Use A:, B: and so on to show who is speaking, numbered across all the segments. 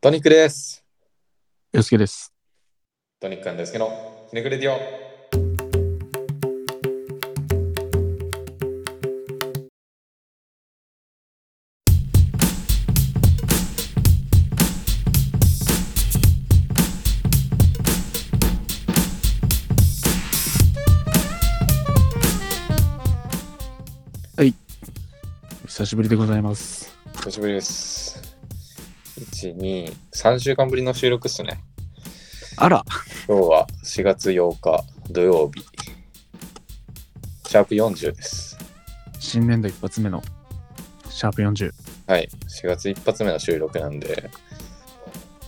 A: トニックです。
B: よすけです。
A: トニックなんですけど、ひねくれディオ。
B: 久しぶりでございます。
A: 久しぶりです。1、2、3週間ぶりの収録っすね。
B: あら、
A: 今日は4月8日土曜日。シャープ40です。
B: 新年度一発目のシャープ40。
A: はい。4月一発目の収録なんで、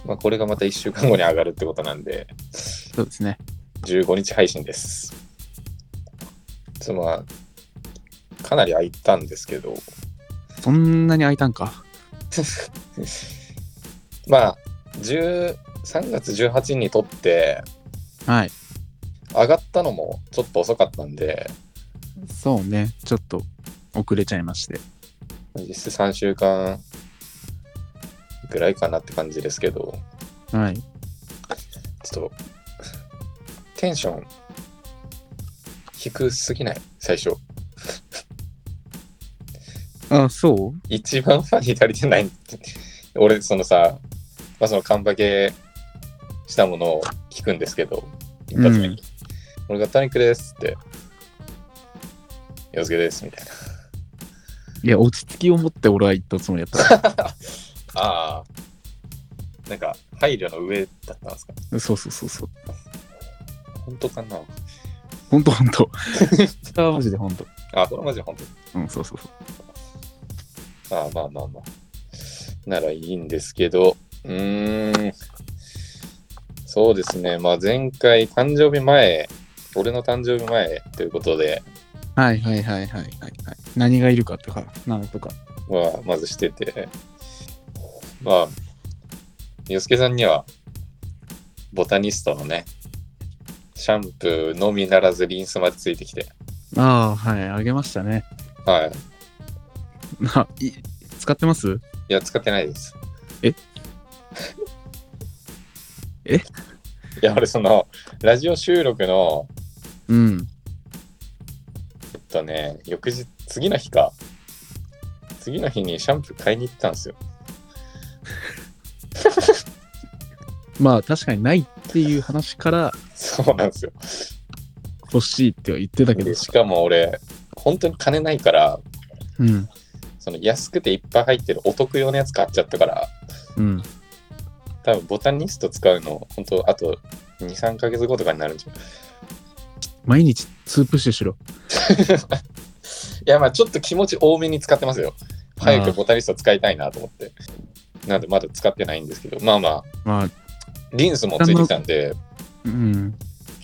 A: まあ、これがまた1週間後に上がるってことなんで、
B: そうですね。
A: 15日配信です。つまり、かなり空いたんですけど、
B: そんなに空いたんか。
A: まあ、10 3月18日に撮って、
B: はい。
A: 上がったのもちょっと遅かったんで、
B: そうね。ちょっと遅れちゃいまして。
A: 実質3週間ぐらいかなって感じですけど、
B: はい。
A: ちょっと、テンション、低すぎない最初。
B: あ、そ
A: 一番ファンに足りてない。俺、そのさ、まあ、そのカンパケしたものを聞くんですけど、一発目に。
B: うん
A: 俺がトニックですって、洋介ですみたいな。
B: ういや、落ち着きを持って俺は言ったつもりやった。
A: ああ。なんか、配慮の上だったんですか
B: そうそうそうそう。
A: 本当かな
B: ほんとほんと。それ はマジでほんと。
A: あ、これマジで本
B: うん、そうそうそう。
A: 当。ああ、まあまあまあ。ならいいんですけど、うーん。そうですね。まあ前回、誕生日前、俺の誕生日前ということで、
B: はいはいはいはいはい、はい。何がいるかとか、なのとか。
A: まあ、まずしてて、まあ、洋介さんには、ボタニストのね、シャンプーのみならずリンスまでついてきて、
B: ああ、はい。あげましたね。
A: はい。
B: あい使ってます
A: いや、使ってないです。
B: ええ
A: いや、俺、その、ラジオ収録の、
B: うん。
A: えっとね、翌日、次の日か。次の日にシャンプー買いに行ったんですよ。
B: まあ確かにないっていう話から
A: そうなんですよ。
B: 欲しいっては言ってたけど
A: で。しかも俺、本当に金ないから、
B: うん。
A: その安くていっぱい入ってるお得用のやつ買っちゃったから、
B: うん。
A: 多分ボタニスト使うの、本当あと2、3ヶ月後とかになるんじゃない
B: 毎日2プッシュしろ。
A: いや、まあちょっと気持ち多めに使ってますよ。早くボタニスト使いたいなと思って。なんでまだ使ってないんですけど、まあまあ、
B: まあ、
A: リンスもついてきたんで、
B: うん。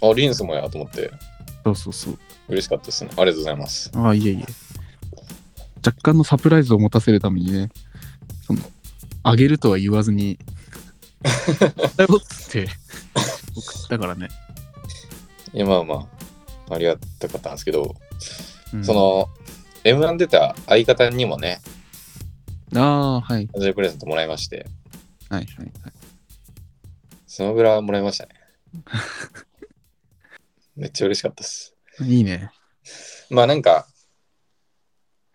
A: あ、リンスもやと思って、
B: そうそうそう。
A: 嬉しかったですね。ありがとうございます。
B: ああ、いえいえ。若干のサプライズを持たせるためにね、その、あげるとは言わずに、 だよっつって送ったからね。
A: いや、まあまあ、ありがたかったんですけど、
B: うん
A: そ、の、M1 出た相方にもね、
B: ああ、はい。
A: 誕生日プレゼントもらいまして、
B: はいはいはい。
A: スマブラもらい ましたね。めっちゃ嬉しかったです。
B: いいね。
A: まあなんか、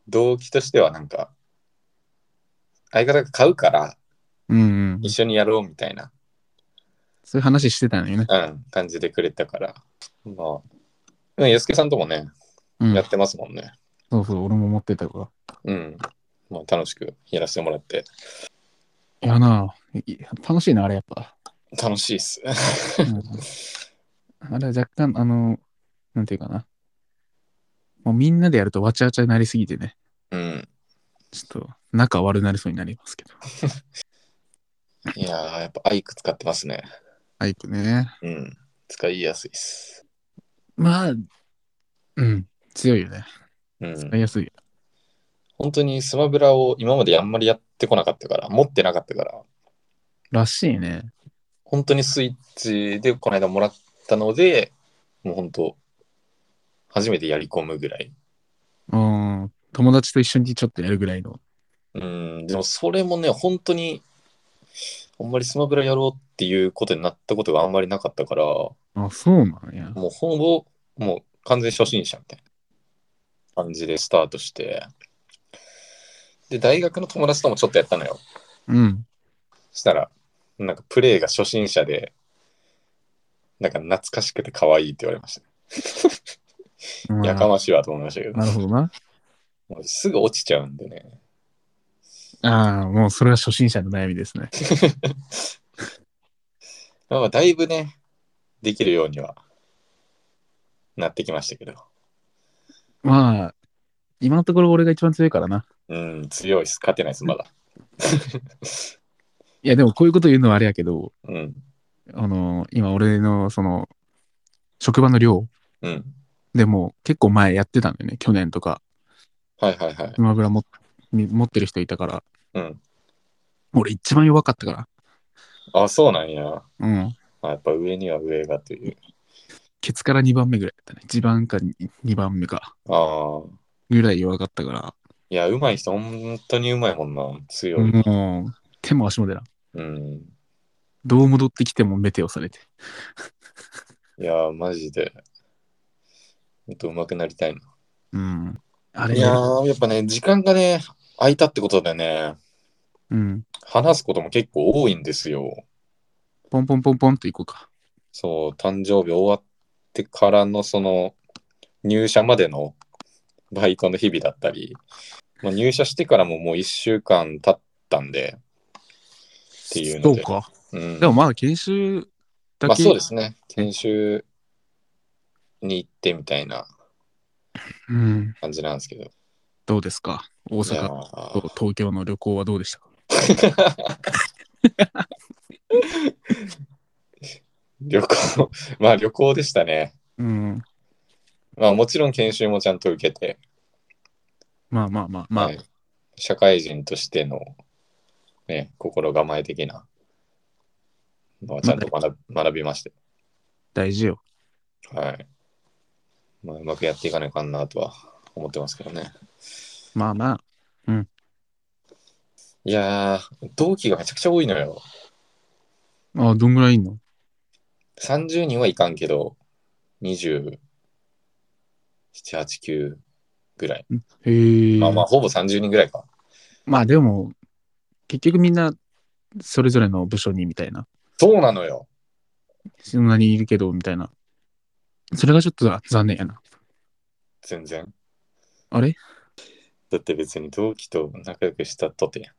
A: 動機としてはなんか、相方が買うから
B: うん、うん。
A: 一緒にやろうみたいな、
B: そういう話してたのよね。
A: うん、感じでくれたから、まあ、うん、安さんともね、
B: うん
A: や。ってますもんね。
B: そうそう、俺も持ってたから。
A: うん。まあ楽しくやらせてもらって、
B: いやな、いい楽しいな、あれやっぱ。
A: 楽しいっす。
B: うんあれは若干、あの、なんていうかな。もうみんなでやるとわちゃわちゃになりすぎてね、
A: うん。
B: ちょっと仲悪なりそうになりますけど。
A: いやー、やっぱアイク使ってますね。
B: アイクね。
A: うん。使いやすいっす。
B: まあ、うん、強いよね。
A: う
B: 使
A: ん。
B: いやすいよ。
A: 本当にスマブラを今まであんまりやってこなかったから、持ってなかったから、
B: らしいね。
A: 本当にスイッチでこの間もらったので、もう本当、初めてやり込むぐらい。
B: うん、友達と一緒にちょっとやるぐらいの。
A: うん、でもそれもね、本当に、あんまりスマブラやろうっていうことになったことがあんまりなかったから、も
B: あ、そうなんや。
A: うほぼ、もう完全初心者みたいな感じでスタートして、で、大学の友達ともちょっとやったのよ。
B: うん。
A: したら、なんかプレイが初心者で、なんか懐かしくて可愛いって言われました。
B: まあ
A: やかましいわと思いましたけど、
B: なるほどな。
A: もうすぐ落ちちゃうんでね。
B: ああ、もうそれは初心者の悩みですね。
A: まあ、だいぶね、できるようにはなってきましたけど。
B: まあ、今のところ俺が一番強いからな。
A: うん、強いです。勝てないです、まだ。
B: いや、でもこういうこと言うのはあれやけど、
A: うん、
B: あの、今俺のその、職場の寮
A: うん。
B: でも結構前やってたんだよね。去年とか、
A: はいはいはい
B: ス。マブラもみ持ってる人いたから、
A: うん。
B: 俺一番弱かったから。
A: あ、そうなんや。
B: うん。
A: あやっぱ上には上がという。
B: ケツから2番目ぐらいだったね。一番か2番目か
A: ああ。
B: ぐらい弱かったから、
A: いや、上手い人、本当に上手いもんな。強い。
B: もう手も足も出らん。
A: うん。
B: どう戻ってきても目手をされて。
A: いや、マジで。ほんと上手くなりたいな。
B: うん。あれ
A: いやー、やっぱね、時間がね、空いたってことでね、
B: うん。
A: 話すことも結構多いんですよ。
B: ポンポンポンポンと行こうか。
A: そう、誕生日終わってからのその入社までのバイトの日々だったり、まあ、入社してからももう1週間経ったんで、っていう
B: そ
A: の
B: う
A: で。
B: か。
A: うん、
B: でもまだ研修だ
A: まあ
B: け。
A: そうですね。研修に行ってみたいな
B: うん。
A: 感じなんですけど。
B: どうですか大
A: いや
B: 阪と
A: ー
B: 東京の旅行はどうでしたか
A: 旅行、 まあ旅行でしたね。
B: うん。
A: まあもちろん研修もちゃんと受けて、
B: まあまあまあまあ。
A: はい社会人としての、ね、心構え的なのはちゃんと学,、学びまして、
B: 大事よ。
A: はいまあ、うまくやっていかないかんなとは思ってますけどね。
B: まあまあ。
A: いやー、同期がめちゃくちゃ多いのよ。
B: ああ、どんぐらいいんの
A: 30人はいかんけど、27、8、9ぐらい。
B: へえ。
A: まあまあ、ほぼ30人ぐらいか。
B: まあでも、結局みんな、それぞれの部署にみたいな。
A: そうなのよ。
B: そんなにいるけど、みたいな。それがちょっとざ残念やな。
A: 全然。
B: あれ
A: だって別に同期と仲良くしたとて。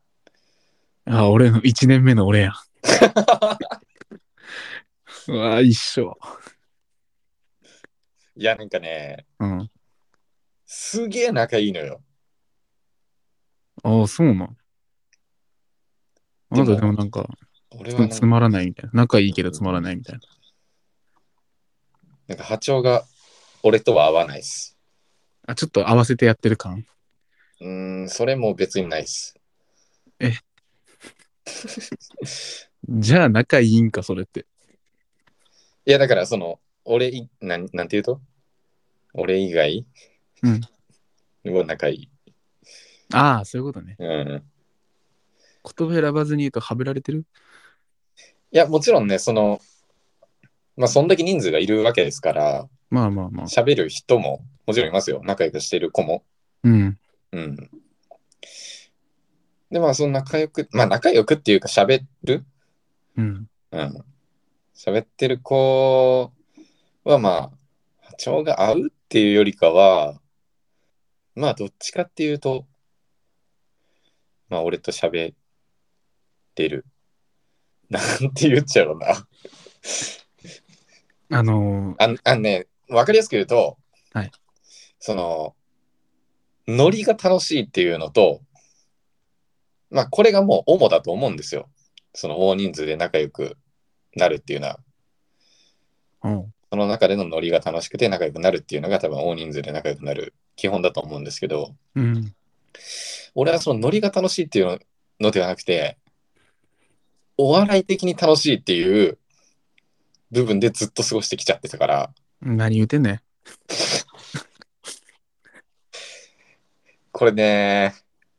B: ああ、俺の1年目の俺 や。うわあ、一緒。
A: いや、なんかね、
B: うん。
A: すげえ仲いいのよ。
B: ああ、そうなん。あ
A: でも
B: なたでもなんか、
A: 俺は
B: つ
A: なん
B: つまらないみたいな。仲いいけどつまらないみたいな。
A: なんか波長が俺とは合わないっす。
B: あ、ちょっと合わせてやってる感。
A: うーん、それも別にないっす。
B: じゃあ仲いいんか、それって。
A: いや、だからその、俺い、なんなんて言うと俺以外
B: うん
A: もう仲いい。
B: ああ、そういうことね。
A: うん。
B: 言葉選ばずに言うと、はぶられてる
A: いや、もちろんね、その、まあ、そんだけ人数がいるわけですから、
B: まあまあまあ。
A: 喋る人も、もちろんいますよ。仲良くしてる子も。
B: うん。
A: うん。で、まあ、その仲良く、まあ、仲良くっていうか、喋る
B: うん。
A: うん。喋ってる子はまあ、波長が合うっていうよりかは、まあどっちかっていうと、まあ俺と喋ってる。 なんて言っちゃうのな。
B: あのー
A: あんあのね、わかりやすく言うと、
B: はい
A: その、ノリが楽しいっていうのと、まあこれがもう主だと思うんですよ。その大人数で仲良くなるっていうのは。
B: うん。
A: その中でのノリが楽しくて仲良くなるっていうのが多分大人数で仲良くなる基本だと思うんですけど、
B: うん。
A: 俺はそのノリが楽しいっていうのではなくて、お笑い的に楽しいっていう部分でずっと過ごしてきちゃってたから、
B: 何言うてんねん。
A: これね、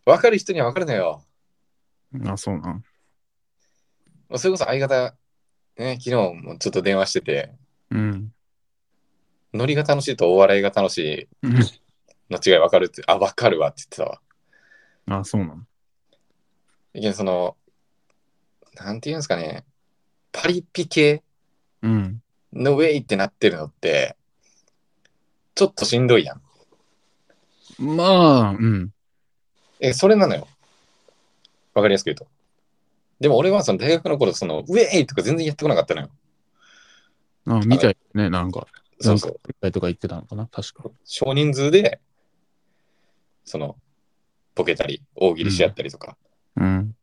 A: 分かる人には分かるのよ。
B: あ、そうなん。
A: まあそれこそ相方、ね、昨日もちょっと電話してて、
B: うん。
A: ノリが楽しいとお笑いが楽しいの違い分かるって、あ、分かるわって言ってたわ。
B: あ、そうなの。
A: いやその、なんていうんですかね、パリピ系
B: うん。
A: のウェイってなってるのって、ちょっとしんどいやん。
B: まあ、うん。
A: え、それなのよ。わかりやすく言うと。でも俺はその大学の頃、その、ウェイとか全然やってこなかったのよ。
B: あみたいね、なんか。
A: そうそう。
B: 一回とか言ってたのかな、確か。
A: 少人数で、その、ボケたり、大喜利し合ったりとか。
B: うん。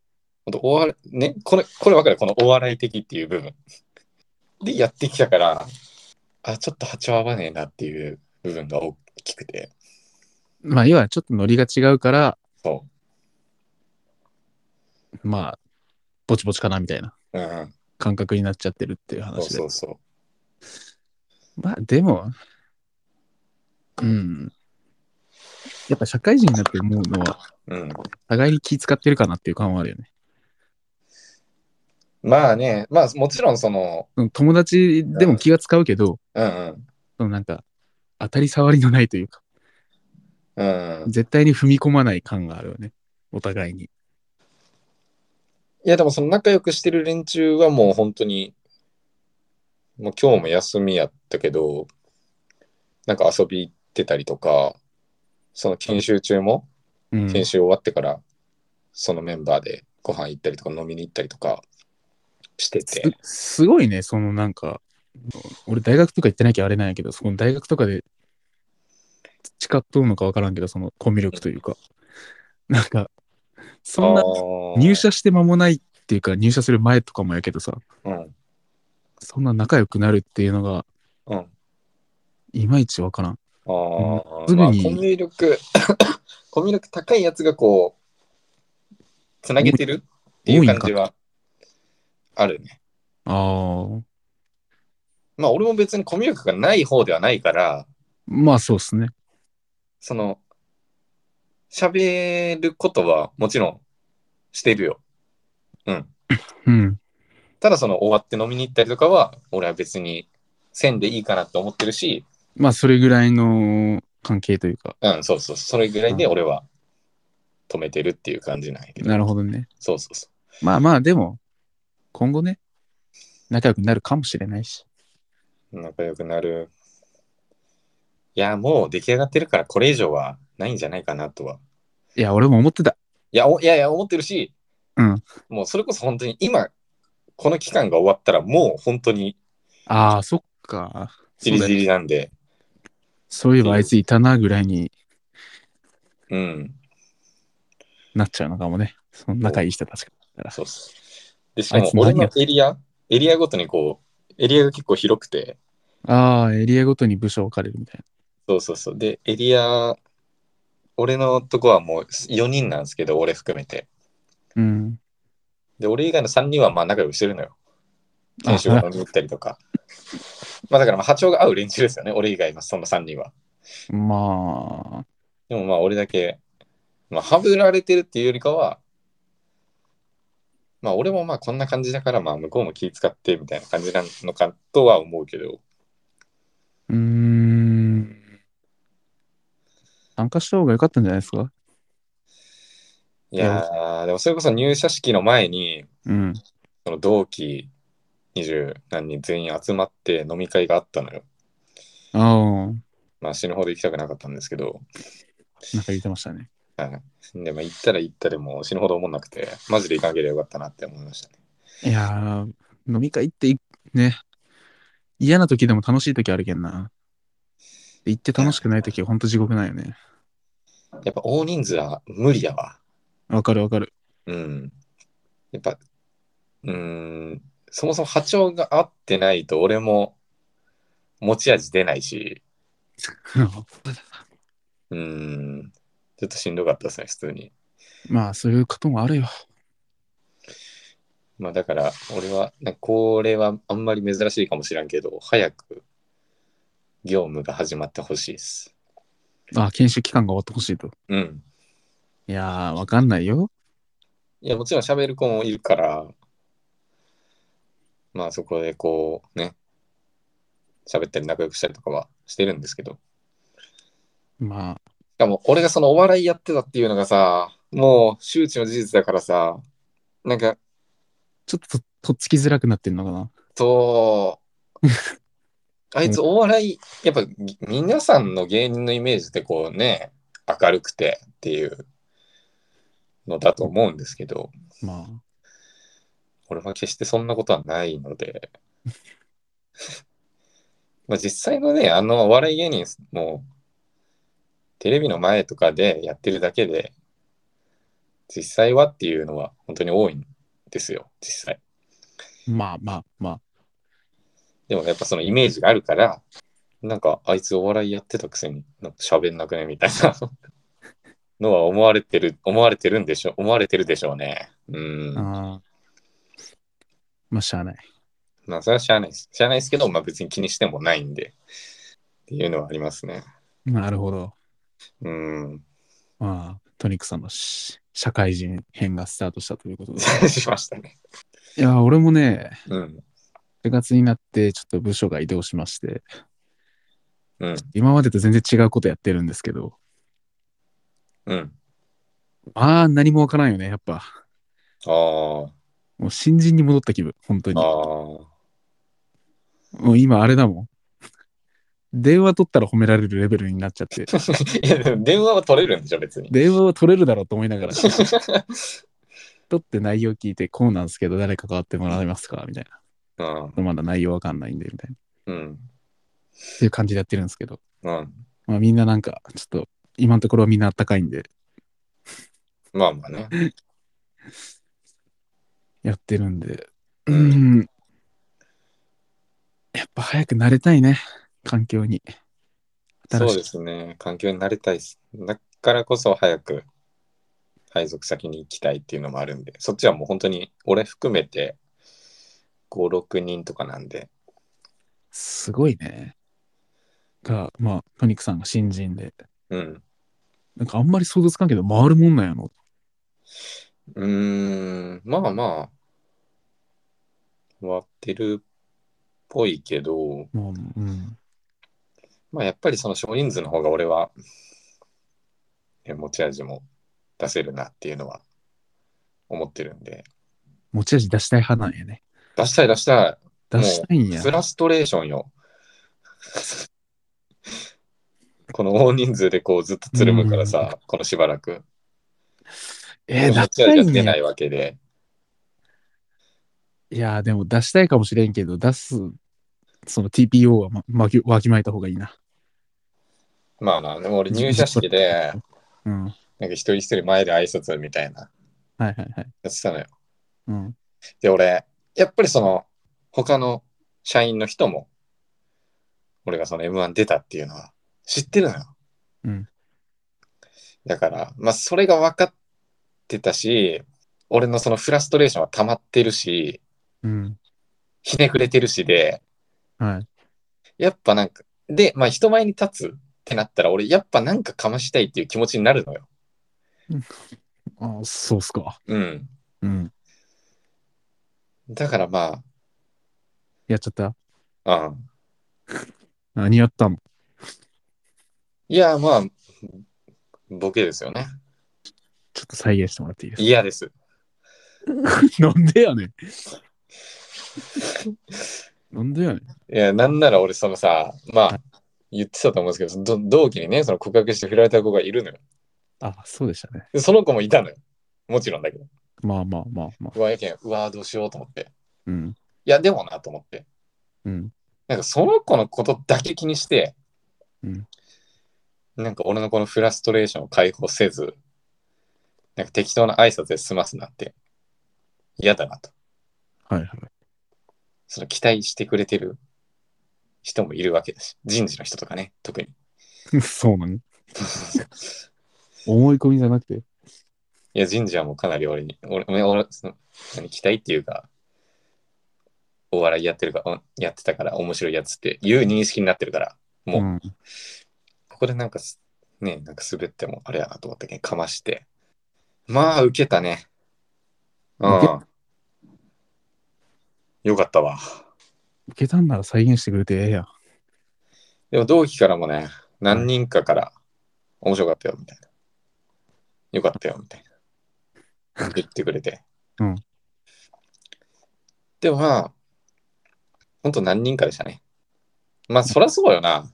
A: ほんとお笑いね、これ、これわかるこのお笑い的っていう部分。で、やってきたから、あ、ちょっと波は合わねえなっていう部分が大きくて。
B: まあ、要はちょっとノリが違うから、
A: そ
B: まあ、ぼちぼちかなみたいな
A: う。うん。
B: 感覚になっちゃってるっていう
A: そう
B: 話で
A: そ。うそ
B: まあ、でも、うん。やっぱ社会人になって思うのは、
A: う。うん。
B: 互いに気使ってるかなっていう感はあるよね。
A: まあね、まあもちろんその、
B: その友達でも気が使うけど、
A: うん
B: そのなんか、当たり障りのないというか、
A: うん。うん。
B: 絶対に踏み込まない感があるよね。お互いに。
A: いやでもその仲良くしてる連中はもう本当に、もう今日も休みやったけど、なんか遊び行ってたりとか、その研修中も、
B: うん。
A: 研修終わってから、そのメンバーでご飯行ったりとか飲みに行ったりとかして
B: す
A: て。
B: すごいね、そのなんか、俺大学とか行ってなきゃあれなんやけど、その大学とかで培っとるのかわからんけど、そのコミュ力というか、なんか、そんな入
A: 入
B: 社して間もないっていうか、入社する前とかもやけどさ、
A: うん。
B: そんな仲良くなるっていうのが、
A: うん。あ
B: いまいちわからん。
A: あ。
B: すぐに
A: まあ、コミュ力、 コミュ力高いやつがこう、つなげてるっていう感じはあるね。
B: ああ、
A: まあ、俺も別にコミュ力がない方ではないから、
B: まあそうっすね。
A: その、喋ることはもちろんしてるよ。うん。
B: うん。
A: ただその終わって飲みに行ったりとかは、俺は別にせんでいいかなって思ってるし、
B: まあそれぐらいの関係というか。
A: うん、そうそう、それぐらいで俺は止めてるっていう感じなんやけど。
B: なるほどね。
A: そうそうそ
B: まあまあでも、今後ね、仲良くなるかもしれないし。
A: う。仲良くなる。いや、もう出来上がってるから、これ以上はないんじゃないかなとは。
B: いや、俺も思ってた。
A: いや、おいやいや、思ってるし、
B: うん
A: もうそれこそ本当に今、この期間が終わったら、もう本当に
B: ああ、そっか。
A: じ
B: そ
A: り
B: うだ
A: じ
B: ね
A: りなんで、
B: そういえばあいついたなぐらいに
A: うん、
B: なっちゃうのかもね。その仲いい人たちから。
A: そうっす。で、しか
B: あ
A: も
B: いつ
A: 俺
B: 何や
A: のエリア、エリアごとにこう、エリアが結構広くて、
B: ああ、エリアごとに部署分かれるみたい
A: そうそうそう。で、エリア、俺のとこはもう4人なんですけど、俺含めて。
B: な。うん。
A: で、俺以外の3人はまあ仲良くしてるのよ。
B: あ
A: 研修が飲みに行ったりとか。まあだからまあ波長が合う連中ですよね、俺以外のその3人は。
B: まあ、
A: でもまあ俺だけ、まあハブられてるっていうよりかは、まあ俺もまあこんな感じだからまあ向こうも気遣ってみたいな感じなのかとは思うけど、
B: うーん。参加した方が良かったんじゃないですか
A: いやー、でもそれこそ入社式の前に、
B: うん。
A: その同期20何人全員集まって飲み会があったのよ。
B: ああ、
A: まあ死ぬほど行きたくなかったんですけど、
B: なんか言ってましたね。
A: はい。でも行ったら行ったでもう死ぬほど思んなくて、マジで行かなければよかったなって思いましたね。
B: いやー、飲み会っていね、嫌な時でも楽しい時あるけんな。で行って楽しくない時はほんと地獄なんよね。
A: やっぱ大人数は無理やわ。
B: わかるわかる。
A: うん。やっぱ、うーん、そもそも波長が合ってないと俺も持ち味出ないし、うーん、ちょっとしんどかったですね、普通に。
B: まあ、そういうこともあるよ。
A: まあだから、俺は、なんかこれはあんまり珍しいかもしらんけど、早く業務が始まってほしいです。
B: あ、研修期間が終わってほしいと。
A: うん。
B: いやー、わかんないよ。
A: いや、もちろん喋る子もいるから、まあそこでこうね、喋ったり仲良くしたりとかはしてるんですけど、
B: まあ、
A: しかも俺がそのお笑いやってたっていうのがさ、もう周知の事実だからさ、なんか、
B: ちょっとととっつきづらくなってんのかな。
A: そう、あいつお笑い、やっぱぎ皆さんの芸人のイメージってこうね、明るくてっていうのだと思うんですけど、
B: まあ、
A: 俺は決してそんなことはないので。 まあ実際のね、あの、お笑い芸人も、テレビの前とかでやってるだけで、実際はっていうのは本当に多いんですよ、実際。
B: まあまあまあ。
A: でもやっぱそのイメージがあるから、なんかあいつお笑いやってたくせになんか喋んなくねみたいな のは思われてる、思われてるんでしょ、思われてるでしょうね。うん。
B: ああまあ、しゃあない。
A: まあ、それは知らないです。知らないですけど、まあ別に気にしてもないんで、っていうのはありますね。
B: なるほど。
A: うん。
B: まあ、トニックさんのし社会人編がスタートしたということで。
A: しましたね。
B: いや、俺もね、
A: うん。
B: 部活になって、ちょっと部署が移動しまして、
A: うん。
B: 今までと全然違うことやってるんですけど、
A: うん。
B: まあ、何もわからんよね、やっぱ。
A: ああ。
B: もう新人に戻った気分、本当に。
A: ああ。
B: もう今、あれだもん。電話取ったら褒められるレベルになっちゃって、
A: いや、でも電話は取れるんでしょ、別に。
B: 電話は取れるだろうと思いながら、取って内容聞いて、こうなんですけど、誰か変わってもらえますかみたい
A: うん。
B: な。まだ内容わかんないんで、みたいな。
A: うん。
B: っていう感じでやってるんですけど、
A: うん。
B: まあみんななんか、ちょっと、今のところはみんなあったかいんで、
A: まあまあね。
B: やってるんで、う
A: うん
B: ん。やっぱ早く慣れたいね、環境に。新
A: そ
B: し
A: う
B: い
A: ですね。環境に慣れたいです。だからこそ早く配属先に行きたいっていうのもあるんで、そっちはもう本当に俺含めて5、6人とかなんで、
B: すごいね。が、まあ、トニックさんが新人で、
A: うん。
B: なんかあんまり想像つかんけど、回るもんなんやの。
A: うーん、まあまあ、割ってるっぽいけど、
B: もう、うん。
A: まあやっぱりその少人数の方が俺は、ね持ち味も出せるなっていうのは思ってるんで、
B: 持ち味出したい派なんやね。
A: 出したい出したい
B: 出したいんや
A: フ。ラストレーションよ。 この大人数でこうずっとつるむからさ、このしばらく。
B: えー、出
A: 持
B: し
A: ち
B: た
A: 味
B: い
A: が
B: ん
A: 出な
B: や。
A: いわけで。
B: いやー、でも出したいかもしれんけど、出す、その TPO は、ま、まきわきまえた方がいいな。
A: まあまあ、でも俺入社式で、
B: うん。はい
A: なんか一人一人前で挨拶みたいな、
B: はいはい。
A: やってたのよ。
B: うん。
A: で、俺、やっぱりその、他の社員の人も、俺がその M1 出たっていうのは知ってるのよ。
B: うん
A: だから、まあ、それが分かってたし、俺のそのフラストレーションは溜まってるし、
B: うん。
A: ひねくれてるしで、
B: はい。
A: やっぱなんか、で、まあ、人前に立つってなったら、俺、やっぱなんかかましたいっていう気持ちになるのよ。
B: あーそうっすか。
A: うん。
B: うん。
A: だからま
B: やっちゃった
A: あ、うん。
B: 何やったの
A: いや、まあ、ボケですよね。
B: ちょっと再現してもらっていいです
A: 嫌です。
B: かなんでやねん。なんでやねん。
A: いや、なんなら俺、そのさ、まあ、言ってたと思うんですけどその、ど同期にね、その告白して振られた子がいるのよ。
B: あ、そうでしたね。
A: でその子もいたのよ。もちろんだけど。
B: まあまあまあまあ。
A: うわ、やけん、うわ、どうしようと思って。
B: うん。
A: いや、でもな、と思って。
B: うん。
A: なんか、その子のことだけ気にして、
B: うん
A: なんか、俺のこのフラストレーションを解放せず、なんか、適当な挨拶で済ますなんて、嫌だなと。
B: はいはい。
A: その、期待してくれてる人もいるわけだし、人事の人とかね、特に。
B: そうな の思い込みじゃなくて。
A: いや、人事はもうかなり俺に、俺、俺、俺その何期待っていうか、お笑いやってるか、おやってたから面白いやつっていう認識になってるから、もう、
B: うん、
A: ここでなんかす、ね、なんか滑ってもあれやなと思ったけん、かまして。まあ、受けたね。うん。
B: 受
A: よかったわ。
B: 受けたんなら再現してくれてええやん。
A: でも同期からもね、何人かから、面白かったよ、みたいな。よかったよ、みたい な。言ってくれて。
B: うん。
A: でもまあ、ほんと何人かでしたね。まあ、そらそうよな。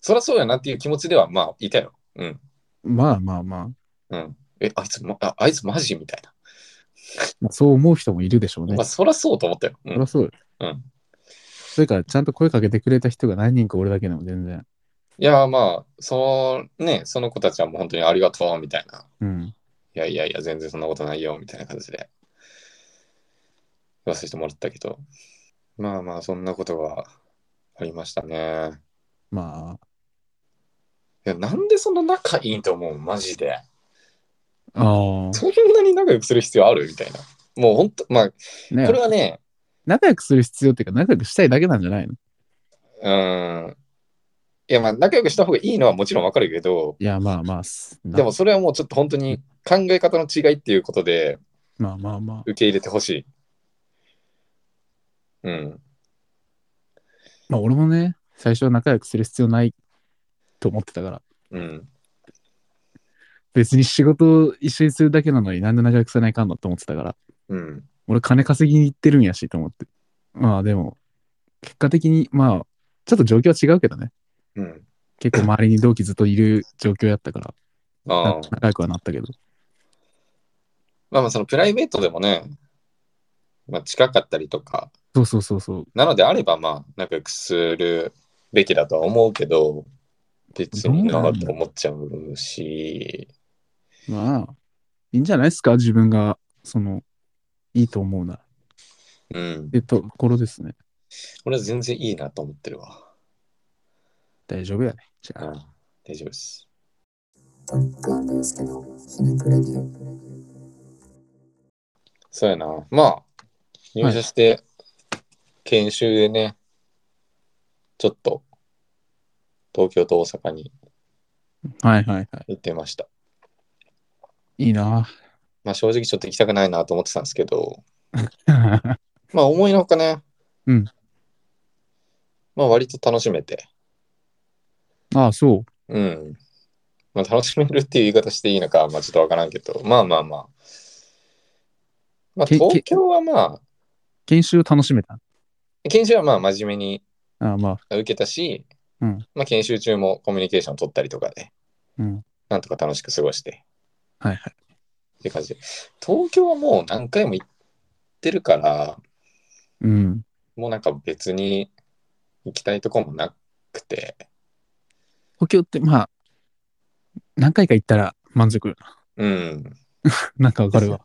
A: そらそうよなっていう気持ちでは、まあ、いたよ。うん。
B: まあまあまあ、
A: うん。え、あいつ、ま、ああいつマジみたい
B: まあそう思う人もいるでしょう
A: な。
B: ね
A: まあ、。そらそうと思ったよ。う
B: そ
A: ん
B: りゃそうよ。
A: うん。
B: それから、ちゃんと声かけてくれた人が何人か俺だけでも全然。
A: いや、まあ、その、ね、その子たちはもう本当にありがとう、みたいな。
B: うん。
A: いやいやいや、全然そんなことないよ、みたいな感じで。言わせてもらったけど。まあまあ、そんなことがありましたね。
B: ま
A: いや、なんでそんな仲いいと思うマジで。
B: あ、あ
A: そんなに仲良くする必要あるみたいな。もう本当、まあ、
B: あ、ね
A: これはね、
B: 仲良くする必要っていうか、仲良くしたいだけなんじゃないの
A: うーん。いや、まあ、仲良くした方がいいのはもちろんわかるけど、
B: いや、まあまあ、すな
A: でもそれはもうちょっと本当に考え方の違いっていうことで
B: まあまあまあ、
A: 受け入れてほしい。うん。
B: まあ俺もね、最初は仲良くする必要ないと思ってたから、
A: うん。
B: 別に仕事を一緒にするだけなのになんで仲良くさないかんのと思ってたから、
A: うん。
B: 俺金稼ぎに行ってるんやしと思って。まあでも、結果的に、まあ、ちょっと状況は違うけどね。
A: うん。
B: 結構周りに同期ずっといる状況やったから、
A: ああ
B: な。仲良くはなったけど。
A: まあまあそのプライベートでもね、まあ、近かったりとか、
B: そうそうそうそう。
A: なのであればまあ仲良くするべきだとは思うけど、別になと思っちゃうし、
B: まあ、いいんじゃないですか自分が、その、いいと思うなら。
A: うん。
B: で、ところですね。
A: 俺は全然いいなと思ってるわ。
B: 大丈夫やね。じゃ
A: う
B: あ
A: ん。大丈夫です。
C: トリックインですけど、ひねくれディオ。
A: そうやな。まあ、入社して、研修でね、ちょっと、東京と大阪に
B: はいはいは
A: 行ってました。
B: い。いいな。
A: まあ正直ちょっと行きたくないなと思ってたんですけど、まあ思いのほかね。
B: うん。
A: まあ割と楽しめて。
B: ああ、そう。
A: うん。まあ楽しめるっていう言い方していいのか、まあちょっとわからんけど、まあまあまあ。まあ
B: けけ
A: 東京はま
B: 研修を楽しめた。
A: あ、研修はまあ真面目に
B: ああ、まあ、
A: 受けたし、
B: うん
A: まあ研修中もコミュニケーション取ったりとかで、
B: うん。
A: なんとか楽しく過ごして
B: はいはい。
A: って感じで。東京はもう何回も行ってるから、
B: うん。
A: もうなんか別に行きたいとこもなくて、
B: 東京って、まあ、何回か行ったら満足よな。
A: うん。
B: なんかわかるわ。
A: だ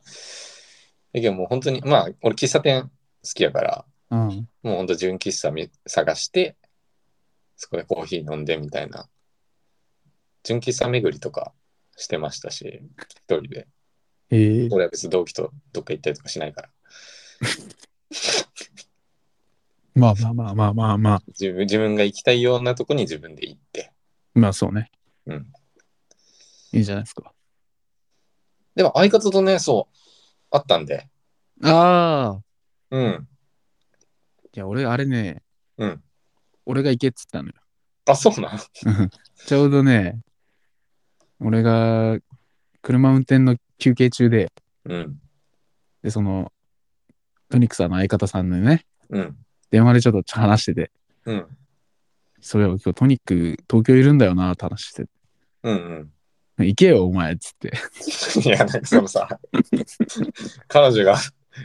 A: けどもう本当に、まあ、俺喫茶店好きやから、
B: うん。
A: もう本当純喫茶み探して、そこでコーヒー飲んでみたいな。純喫茶巡りとかしてましたし、一人で。
B: ええ
A: 俺は別に同期とどっか行ったりとかしないから。
B: まあまあまあまあまあまあ。
A: 自分自分が行きたいようなとこに自分で行って。
B: まあそうね。
A: うん。
B: いいじゃないですか。
A: でも相方とね、そう、あったんで。
B: ああ。
A: うん。
B: いや、俺、あれね、
A: うん。
B: 俺が行けっつったのよ。
A: あ、そうなん。
B: うんちょうどね、俺が車運転の休憩中で、
A: うん。
B: で、その、トニックさんの相方さんのね、
A: うん。
B: 電話でちょっと話してて、
A: うん。
B: そういえば今日トニック東京いるんだよなって話してて、
A: うん。うん。
B: 行けよお前っつって。
A: いや、なんかそのさ、彼女が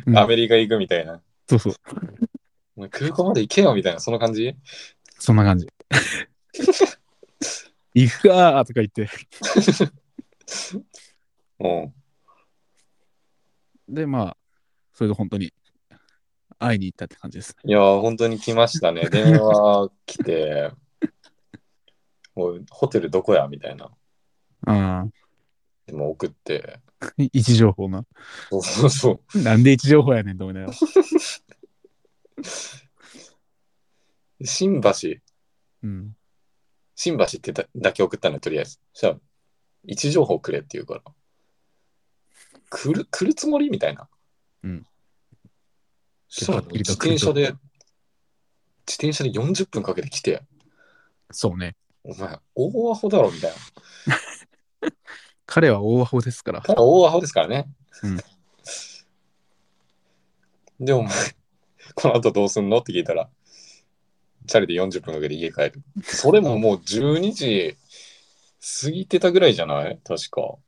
B: うん
A: アメリカ行くみたいな。
B: そうそう、
A: お前空港まで行けよみたいな、その感じ
B: そんな感じ。 行くかーとか言って。
A: うん。
B: で、まあ、それで本当に会いに行ったって感じですね。
A: いやー、本当に来ましたね。電話来て、もうホテルどこやみたいな。
B: あ
A: でも送って、
B: あ、位置情報な。
A: そうそうそう。
B: なんで位置情報やねんと思いながら。
A: 新橋、
B: うん。
A: 新橋ってだだけ送ったのよとりあえず。そしたら、位置情報くれって言うから。来る、来るつもりみたいな。
B: うん。て
A: そう
B: は
A: な
B: っ
A: の
B: きり
A: 自
B: と来る
A: 転
B: と
A: 車で、自転車で40分かけて来て、
B: そうね。
A: お前、大アホだろ、みたいな。
B: 彼は大アホですから。
A: ただ大アホですからね。
B: うん
A: で、お前、この後どうすんのって聞いたら、チャリで40分かけて家帰る。それももう12時過ぎてたぐらいじゃない確か。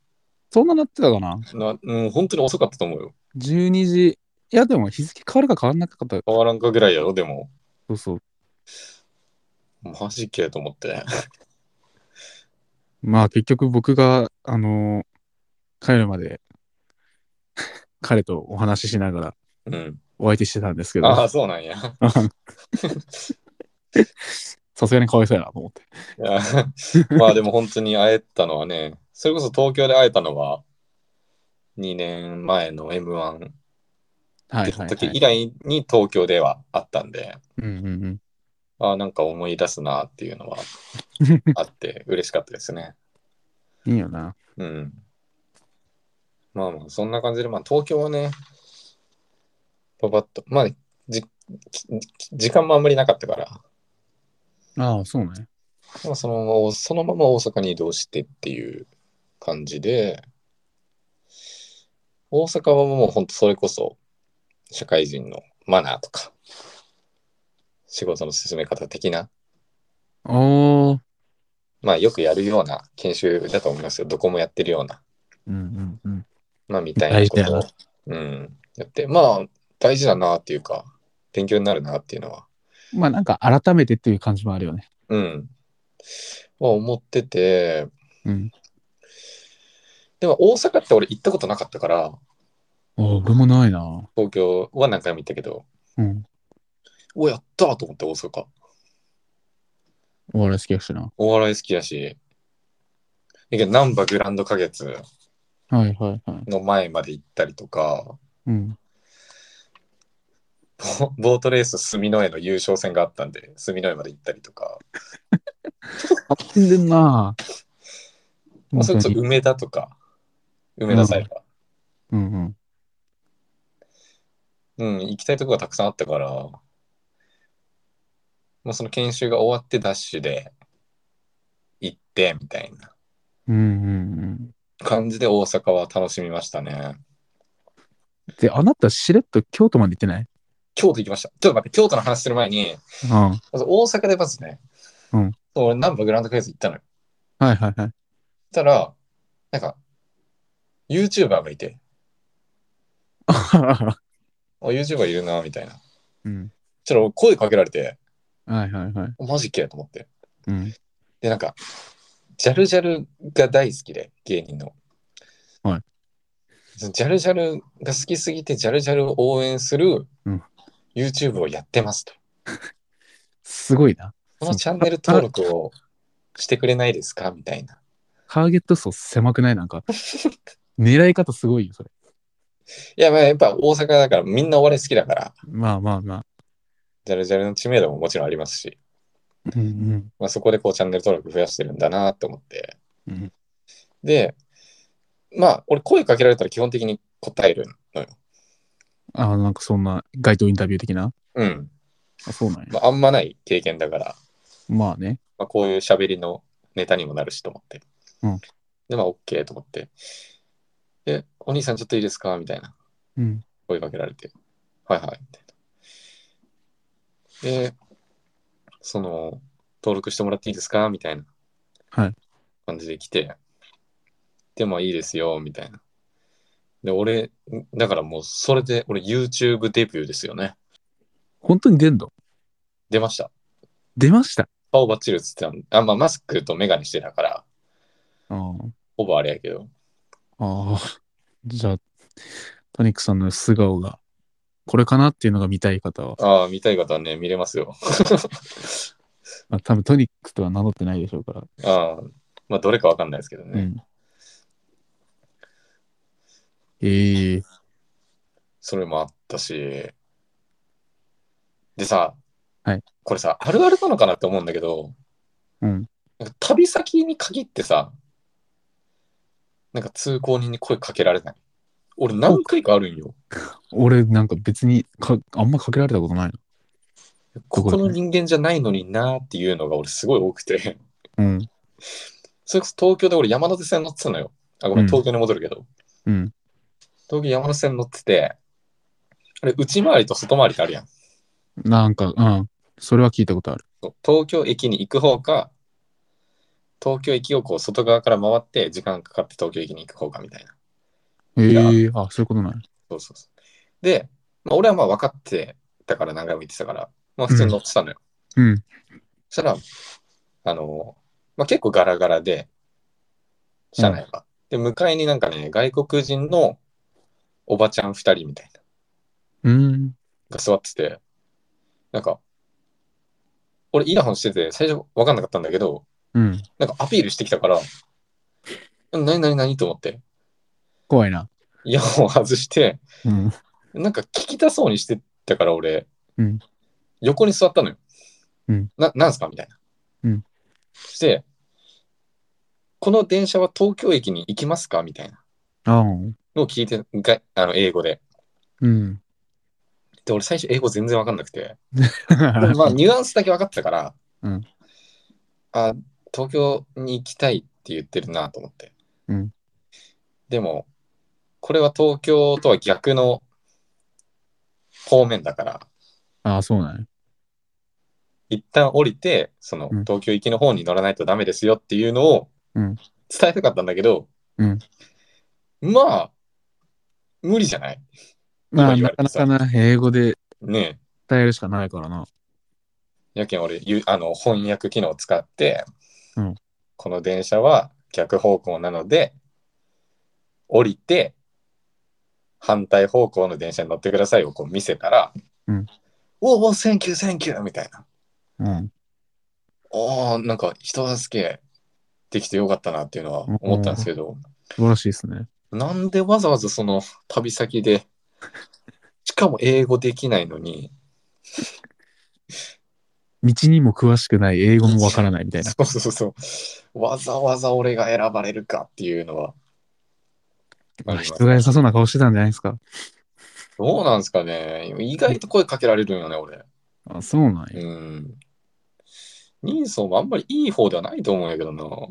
B: そんななってたかな
A: なうん、本当に遅かったと思うよ。
B: ?12 時。いや、でも日付変わるか変わんなかった。
A: 変わらんかぐらいやろ、でも。
B: そうそう。
A: マジけと思って。
B: まあ結局僕が、あのー帰るまで 彼とお話ししながら
A: うん。
B: お相手してたんですけ
A: あ
B: ど、
A: あ、そうなんや。
B: さすがにかわいそうやなと思って。
A: いや まあでも本当に会えたのはね、それこそ東京で会えたのは、2年前の M1
B: は
A: 出
B: いは
A: た
B: い、
A: 時
B: は
A: 以
B: い。
A: 来に東京ではあったんで、
B: うんうんうん。
A: ああ、なんか思い出すなっていうのはあって嬉しかったですね。
B: いいよな。
A: うん。まあまあ、そんな感じで、まあ東京はね、パパッと、まあ、じきき時間もあんまりなかったから、
B: ああ、そうね。
A: まあ、そのまま、そのまま大阪に移動してっていう感じで、大阪はもう本当それこそ、社会人のマナーとか、仕事の進め方的な、
B: ああ。
A: まあよくやるような研修だと思いますよ。どこもやってるような、
B: うんうんうん。
A: まあみたいなこ
B: 大事
A: とを、うん、やって、まあ大事だなっていうか、勉強になるなっていうのは、
B: まあなんか改めてっていう感じもあるよね。
A: うん、まあ思ってて、
B: うん。
A: でも大阪って俺行ったことなかったから、
B: ああ、俺もないな。
A: 東京は何回も行ったけど、
B: うん。
A: お、やったーと思って大阪。
B: お笑い好きやしな。
A: お笑い好きやし。だけど、なんばグランド花月
B: はいはいはい。
A: の前まで行ったりとか、
B: うん。
A: ボボートレース住之江の優勝戦があったんで、住之江まで行ったりとか、
B: あってんでんな。
A: まあそれこそ
B: 本当に
A: 梅田とか、梅田サイバ
B: うんうん。
A: ー。うん、行きたいとこがたくさんあったから、もうその研修が終わってダッシュで行って、みたいな
B: うんうんうん。
A: 感じで大阪は楽しみましたね。
B: で、あなたしれっと京都まで行ってない
A: 京都行きました。ちょっと待って、京都の話する前に、
B: うん。はい
A: まず大阪でまずね、
B: うん
A: そう俺、ナンバグランドクイズ行ったのよ。
B: はいはい。
A: そしたら、なんか、YouTuber がいて、あ、YouTuber いるな、みたいな。ちょっ
B: うん。
A: と俺声かけられて、
B: はいはいはい。
A: マジっけと思って。
B: うん。
A: で、なんか、ジャルジャルが大好きで、芸人の。
B: はい。
A: ジャルジャルが好きすぎて、ジャルジャルを応援する
B: うん
A: YouTube をやってますと。
B: すごいな。
A: このチャンネル登録をしてくれないですかみたいな。
B: ターゲット層狭くないなんか。狙い方すごいよ、それ。
A: いや、まあやっぱ大阪だからみんなお笑い好きだから、
B: まあまあま
A: ジャルジャルの知名度ももちろんありますし、
B: あ。うん
A: まあ、そこでこうチャンネル登録増やしてるんだなと思って。
B: うん。うん。
A: で、まあ、俺声かけられたら基本的に答えるのよ。
B: ああ、なんかそんな街頭インタビュー的な。
A: うん。
B: あ、そうなんや。
A: まあ、あんまない経験だから、
B: まあね。
A: まあ、こういう喋りのネタにもなるしと思って。
B: うん
A: で、まあ、OK と思って。で、お兄さんちょっといいですかみたいな
B: うん。
A: 声かけられて。はいはい。みたいな。で、その、登録してもらっていいですかみたいな。
B: はい。
A: 感じで来て、でもいいですよ、みたいな。で、俺、だからもうそれで、俺 YouTube デビューですよね。
B: 本当に出んの
A: 出ました。
B: 出ました。
A: 顔バッチリ映ってたんあ、まあマスクとメガネしてたから、
B: ああ。
A: ほぼあれやけど。
B: ああ。じゃあ、トニックさんの素顔が、これかなっていうのが見たい方は、
A: ああ、見たい方はね、見れますよ。
B: まあ、多分トニックとは名乗ってないでしょうから。
A: ああ、まあどれかわかんないですけど
B: う
A: ね。
B: ん。ええ
A: それもあったし。でさ、
B: はい
A: これさ、あるあるなのかなって思うんだけど、
B: うん。
A: なんか旅先に限ってさ、なんか通行人に声かけられない。俺何回かあるんよ。
B: 俺なんか別にかあんまかけられたことない
A: ここの人間じゃないのになーっていうのが俺すごい多くて。
B: の。うん。
A: それこそ東京で俺山手線乗ってたのよ。あ、ごめ、
B: うんん
A: 東京に戻るけど。
B: うん。
A: 東京山手線乗ってて、あれ、内回りと外回りってあるやん。
B: なんか、うん。それは聞いたことある。
A: そう東京駅に行く方か、東京駅をこう外側から回って時間かかって東京駅に行く方かみたいな。
B: へえ、あ、そういうことない。
A: そうそうそう。で、まあ、俺はまあ分かってたから何回も言ってたから、まあ普通に乗ってたのよ。
B: うん。
A: そしたら、あの、まあ結構ガラガラで、車内が。で、向かいになんかね、外国人のおばちゃん二人みたいな。
B: うん。
A: が座ってて、なんか、俺イヤホンしてて、最初分かんなかったんだけど、
B: うん。
A: なんかアピールしてきたから、何何何と思って、
B: 怖いな。
A: イヤホン外して、
B: うん。
A: なんか聞きたそうにしてたから俺、
B: うん
A: 横に座ったのよ。
B: うん
A: な、なんすかみたいな。
B: うん
A: そして、この電車は東京駅に行きますかみたいな
B: あうん。
A: のを聞いて、があの英語で。
B: うん。
A: で、俺最初英語全然分かんなくて。 まあ、ニュアンスだけ分かってたから、
B: うん
A: あ東京に行きたいって言ってるなと思って、
B: うん
A: でもこれは東京とは逆の方面だから
B: あそうなんや。
A: 一旦降りてその
B: うん
A: 東京行きの方に乗らないとダメですよっていうのを
B: うん
A: 伝えたかったんだけど、
B: うん
A: まあ無理じゃない
B: ま
A: 今
B: あ、
A: 言われて
B: なかな
A: さ
B: かな、英語で
A: ね
B: 伝えるしかないからな。
A: えやけん俺ゆあの翻訳機能を使って、
B: うん
A: この電車は逆方向なので降りて反対方向の電車に乗ってくださいをこう見せたら「
B: うん
A: おうおうセンキューセンキュー」みたいな
B: うん。
A: 「おおなんか人助けできてよかったな」っていうのは思ったんですけど、
B: 素晴らしいですね。
A: なんでわざわざその旅先でしかも英語できないのに
B: 道にも詳しくない、英語もわからないみたいな。
A: そうそうそうわざわざ俺が選ばれるかっていうのはあり
B: まあ
A: ます
B: 人が良さそうな顔してたんじゃないですか。
A: どうなんですかね意外と声かけられるんよね、俺。
B: あそうなんや。
A: うん。人相もあんまりいい方ではないと思うんやけどな。湧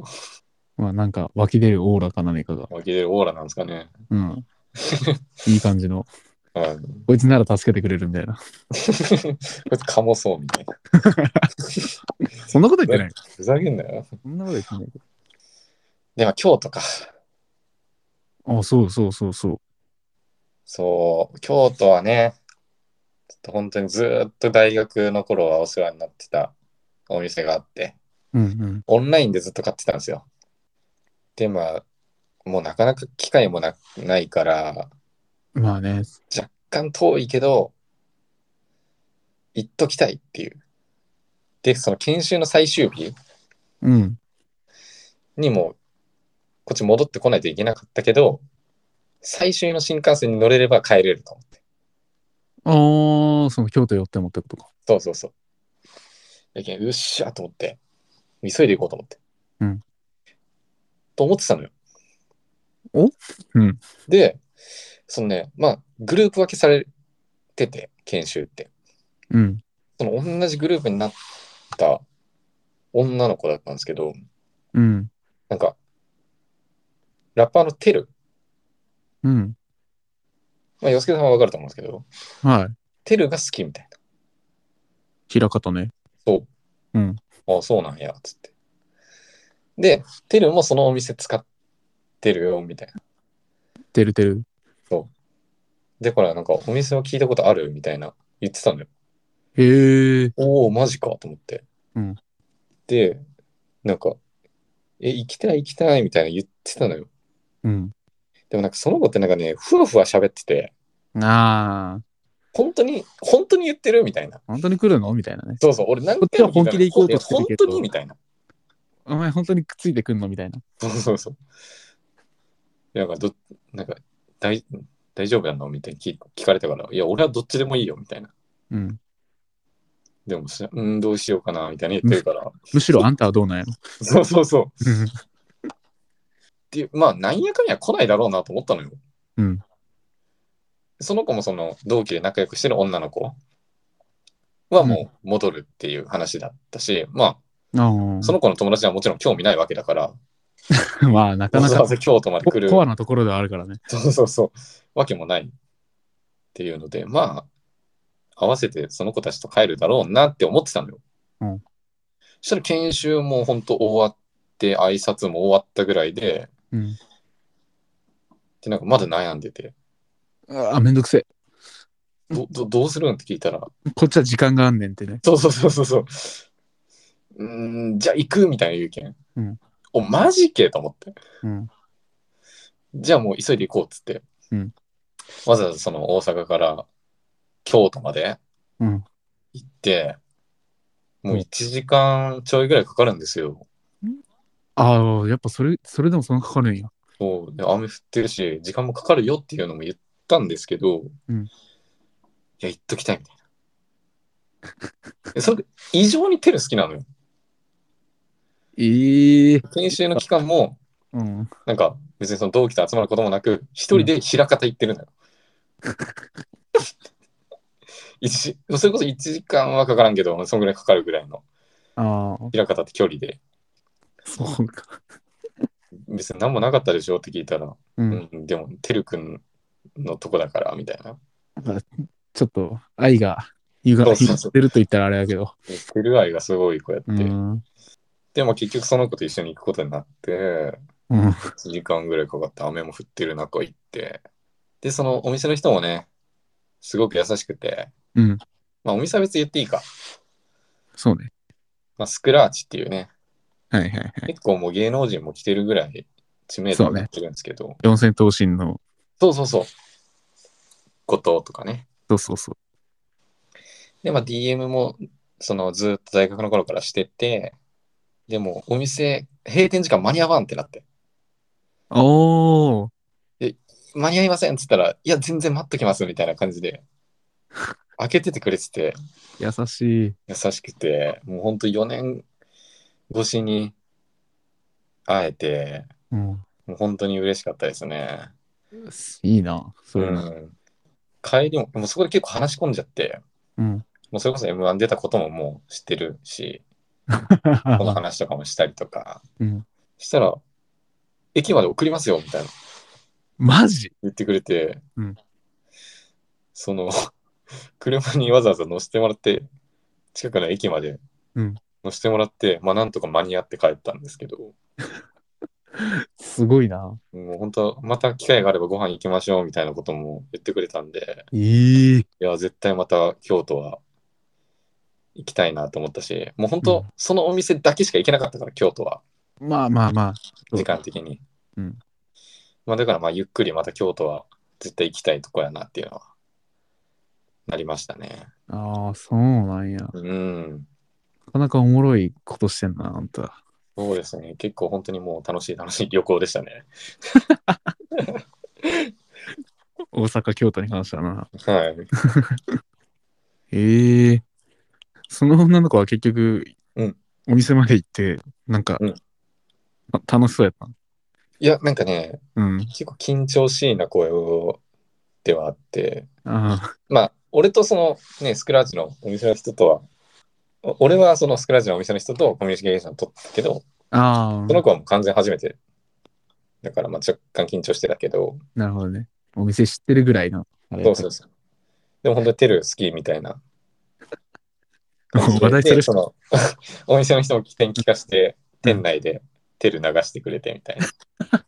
B: まあ、なんか、湧き出るオーラか何かが。
A: き出るオーラなんですかね。
B: うん。 いい感じの。
A: はい。
B: こいつなら助けてくれるみたいな。
A: こいつかもそうみたいな。
B: そんなこと言ってない。
A: ふざけんなよ。
B: そんなこと言ってない。
A: でも京都か。
B: あ、そうそうそうそう。
A: そう、京都はね、ちょっと本当にずーっと大学の頃はお世話になってたお店があって、
B: うんうん。
A: オンラインでずっと買ってたんですよ。で、まあ、もうなかなか機会もなないから、
B: まあね、
A: 若干遠いけど、行っときたいっていう。で、その研修の最終日
B: うん。
A: にも、こっち戻ってこないといけなかったけど、最終の新幹線に乗れれば帰れると思って。
B: ああ、その京都寄ってもってことか。
A: そうそうそう。だけどうっしゃと思って、急いで行こうと思って。
B: うん。
A: と思ってたのよ。
B: おうん。
A: で、そのね、まあ、グループ分けされてて、研修って。
B: うん。
A: その同じグループになった女の子だったんですけど、
B: うん。
A: なんか、ラッパーのテル、
B: うん。
A: まあ、洋介さんはわかると思うんですけど、
B: はい。
A: テルが好きみたいな。
B: 平方ね。
A: そう。
B: うん。
A: ああ、そうなんや、つって。で、テルもそのお店使ってるよ、みたいな。
B: てるてる。
A: で、これなんか、お店を聞いたことあるみたいな言ってたんだよ。
B: へえ。
A: おお、マジか、と思って。
B: うん
A: で、なんか、え、行きたい行きたいみたいな言ってたのよ。
B: うん。
A: でもなんか、その子ってなんかね、ふわふわ喋ってて、
B: ああ、
A: 本当に、本当に言ってるみたいな。
B: 本当に来るのみたいなね。
A: そうそう、俺何回も
B: こっちは本気で行こうとしてる
A: 本
B: けど
A: 当にみたいな。
B: お前本当にくっついてくんのみたいな。
A: そうそうそう。いやなんかど、なんか大、大丈夫なのみたいに聞聞かれたから、いや、俺はどっちでもいいよ、みたいな。
B: うん。
A: でも、そうん、どうしようかな、みたいに言ってるから。
B: むしろあんたはどうなんやろ。
A: そうそうそう。っ
B: うん
A: ていう、まあ、なんやかんや来ないだろうなと思ったのよ。
B: うん。
A: その子もその同期で仲良くしてる女の子はもう戻るっていう話だったし、まあ、
B: ああ。
A: その子の友達はもちろん興味ないわけだから、
B: まあ、なか
A: わ
B: な
A: ざ
B: か
A: わざ京都まで
B: コ
A: 来る。
B: コアなところではあるからね。
A: そうそうそう。わけもないっていうので、まあ、合わせてその子たちと帰るだろうなって思ってたのよ。
B: うん
A: そしたら研修も本当終わって、挨拶も終わったぐらいで、
B: うん。
A: で、なんかまだ悩んでて、
B: あ、めんどくせえ。
A: どどどうするんって聞いたら、
B: こっちは時間があんねんってね。
A: そうそうそうそうそう。うーん、じゃあ行くみたいな言うけん。
B: うん
A: お、マジけと思って。
B: うん。
A: じゃあもう急いで行こうっつって。
B: うん
A: わざわざその大阪から京都まで
B: うん
A: 行って、もう1時間ちょいぐらいかかるんですよ。
B: ああ、やっぱそれ、それでもそのかかるんや。
A: そうで雨降ってるし、時間もかかるよっていうのも言ったんですけど、
B: うん
A: いや、行っときたいみたいな。えそれで異常にテル好きなのよ。
B: ええ
A: 研修の期間も、
B: うん。
A: なんか別にその同期と集まることもなく、一人で平方行ってるのよ。 一時それこそ1時間はかからんけど、そんぐらいかかるぐらいの
B: ああ、
A: 平方って距離で、
B: そうか。
A: 別に何もなかったでしょって聞いたら、
B: う。
A: うんん、でも、てるくんのとこだから、みたいな。
B: ちょっと、愛が、ゆが、
A: そうそ
B: ゆが
A: う
B: っ
A: そう
B: てると言ったらあれだけど。
A: てる愛がすごい子やって。
B: うん。
A: でも結局その子と一緒に行くことになって、
B: うん。
A: 1時間ぐらいかかって雨も降ってる中行って、で、そのお店の人もね、すごく優しくて、
B: うん。
A: まあお店は別に言っていいか。
B: そうね。
A: まあ、スクラーチっていうね、
B: はいはいはい。
A: 結構もう芸能人も来てるぐらい知名度
B: そう
A: が
B: ね
A: 出てるんですけど、
B: 四千頭身の、
A: そう,、そうそう後藤とかね。
B: そうそうそう。
A: で、まあ DM も、そのずっと大学の頃からしてて、でもお店、閉店時間間に合わんってなって、
B: おー。
A: 間に合いませんっつったら、いや、全然待っときますみたいな感じ で、開けててくれてて、
B: 優しい。
A: 優しくて、もうほんと4年越しに会えて、
B: うん。
A: もう本当に嬉しかったですね。
B: いいな。そうれな。
A: ん、帰りも、もうそこで結構話し込んじゃって、
B: うん。
A: もうそれこそ M1 出たことももう知ってるし、この話とかもしたりとか、
B: うん
A: したら、駅まで送りますよみたいな
B: マジ
A: 言ってくれて、
B: うん
A: その、 車にわざわざ乗せてもらって、近くの駅まで
B: うん
A: 乗せてもらって、まあなんとか間に合って帰ったんですけど、
B: すごいな。
A: もう本当、また機会があればご飯行きましょうみたいなことも言ってくれたんで、
B: いい。
A: いや、絶対また京都は行きたいなと思ったし、もう本当、
B: うん
A: そのお店だけしか行けなかったから、京都は、
B: まあまあまあ。そう
A: 時間的に。
B: うん
A: まあ、だから、まあ、ゆっくりまた京都は絶対行きたいとこやなっていうのは、なりましたね。
B: ああ、そうなんや。な
A: うん。
B: かなかおもろいことしてんな、あんた。
A: そうですね。結構本当にもう楽しい楽しい旅行でしたね。
B: 大阪、京都に関してはな。
A: はい。
B: ええその女の子は結局、
A: うん
B: お店まで行って、なんか、
A: うん
B: ま楽しそうやっ
A: いや、なんかね、
B: た。うん。
A: 結構緊張しいな声をではあって、
B: あ
A: まあ、俺とそのね、スクラッチのお店の人とは、お俺はそのスクラッチのお店の人とコミュニケーション取ったけど、
B: あ、ああ
A: その子はもう完全初めて。だから、まあ若干緊張してたけど、
B: なるほどね。お店知ってるぐらいの。あれ
A: そうそうそう。でも本当にテル好きみたいな。
B: 話題する
A: で
B: 人
A: そのお店の人も起点聞かして、店内でテル流してくれてみたいな。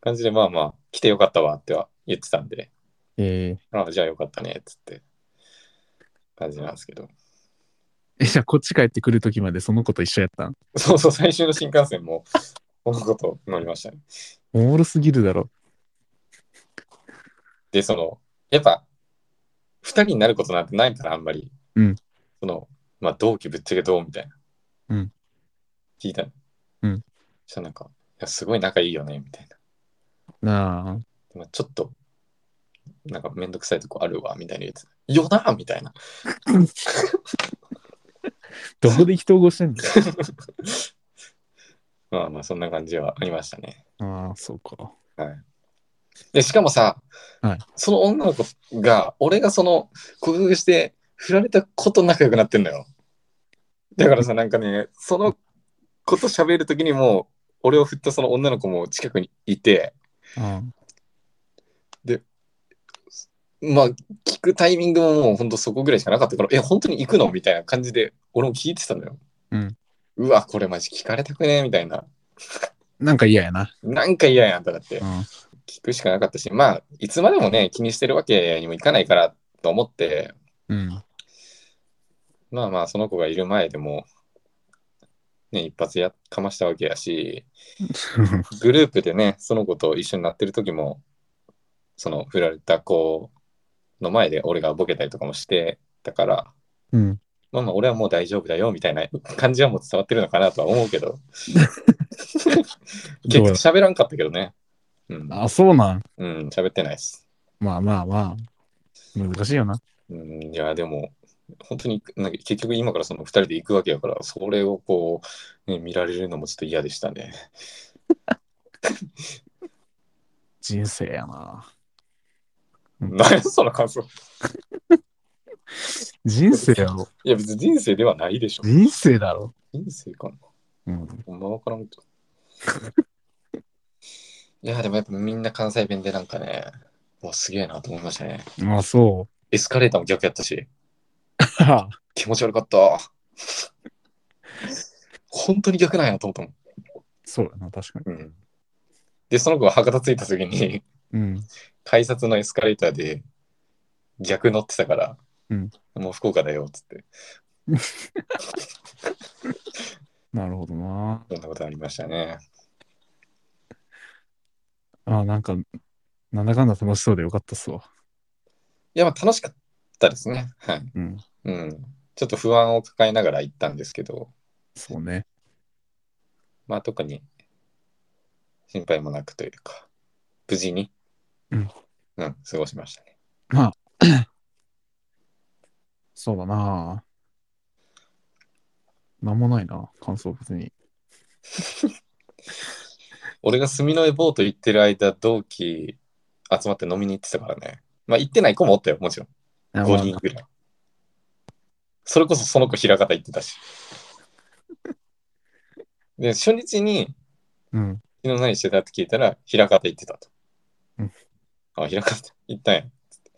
A: 感じで、まあまあ、来てよかったわっては言ってたんで、
B: え
A: ああ、じゃあよかったね、っつって。感じなんですけど。
B: ええ、じゃあこっち帰ってくるときまでその子と一緒やったん
A: そうそう、最終の新幹線も、このこと乗りましたね。
B: おもろすぎるだろ。
A: で、その、やっぱ、二人になることなんてないから、あんまり。
B: うん
A: その、まあ、同期ぶっちゃけどうみたいな。
B: うん
A: 聞いたの。
B: うん
A: そしたらなんか、いや、すごい仲いいよね、みたいな。
B: なあ。
A: まあ、ちょっと、なんかめんどくさいとこあるわ、みたいなやつ。よなみたいな。
B: どこで人をごしてんの
A: まあまあ、そんな感じはありましたね。
B: ああ、そうか。
A: はい。でしかもさ、
B: はい
A: その女の子が、俺がその告白して振られたこと仲良くなってんのよ。だからさ、なんかね、そのこと喋るときにも、俺を振ったその女の子も近くにいて、
B: あ
A: まあ、聞くタイミングももうほんとそこぐらいしかなかったから、え、本当に行くのみたいな感じで、俺も聞いてたのよ。
B: うん
A: うわ、これマジ聞かれたくねみたいな。
B: なんか嫌やな。
A: なんか嫌やんとなって
B: う。ん。
A: 聞くしかなかったし、まあ、いつまでもね、気にしてるわけにもいかないからと思って、
B: うん。
A: まあまあ、その子がいる前でも、ね、一発やかましたわけやし、グループでね、その子と一緒になってる時も、その振られた子の前で俺がボケたりとかもしてたから、
B: うん。
A: まあまあ、俺はもう大丈夫だよみたいな感じはもう伝わってるのかなとは思うけど、 結
B: どう
A: 局
B: や
A: 喋らんかったけどね。うん、
B: あ、そうなん。
A: うん、喋ってないです。
B: まあまあまあ。難しいよな。
A: うん、いや、でも、本当に、なんか結局今からその2人で行くわけやから、それをこう、ね、見られるのもちょっと嫌でしたね。
B: 人生やな。うん
A: 何やその感想。
B: 人生やろ。
A: いや、別に人生ではないでしょ。
B: 人生だろ。
A: 人生かな。
B: うん。
A: ほんまわからん けど。いや、でもやっぱみんな関西弁でなんかね、うわ、すげえなと思いましたね。
B: あ、そ
A: エスカレーターも逆やったし、
B: う。
A: 気持ち悪か った。本当に逆なんやと思ったもん。
B: そうやな、確かに。
A: うん、で、その子が博多着いた時に、
B: うん。
A: 改札のエスカレーターで逆乗ってたから、
B: うん
A: もう福岡だよっつって
B: なるほどな。
A: そんなことありましたね
B: あ、なんか、なんだかんだ楽しそうでよかったっすわ。
A: いやまあ楽しかったですねはい、
B: うん。
A: うん、ちょっと不安を抱えながら行ったんですけど
B: そうね。
A: まあ特に心配もなくというか無事に
B: うん、
A: うん、過ごしましたね
B: そうだな。なんもないな、感想別に。
A: 俺が住の江ボート行ってる間同期集まって飲みに行ってたからねまあ行ってない子もおったよもちろん
B: あ
A: 5人ぐらいそれこそその子平方行って たしで初日に
B: うん。
A: 昨日何してたって聞いたら平方行ってたと、
B: うん
A: あ平方行ったんや つって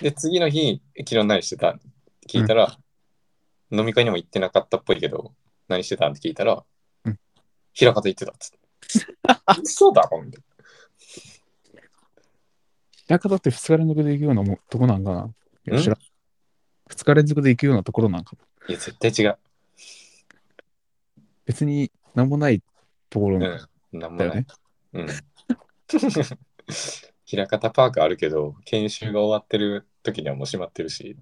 A: で次の日昨日何してたって聞いたら、飲み会にも行ってなかったっぽいけど何してたんって聞いたら、
B: うん
A: 平方行ってたっつって嘘だろみたい
B: 平方って2日連続で行くようなもとこなんかないや
A: ん
B: 知らん。2日連続で行くようなところなんかな
A: ないや絶対違う、
B: 別になんもないところの
A: うん、なんも
B: だ
A: ない
B: よね。
A: うん。 平方パークあるけど、研修が終わってる時にはもう閉まってる し、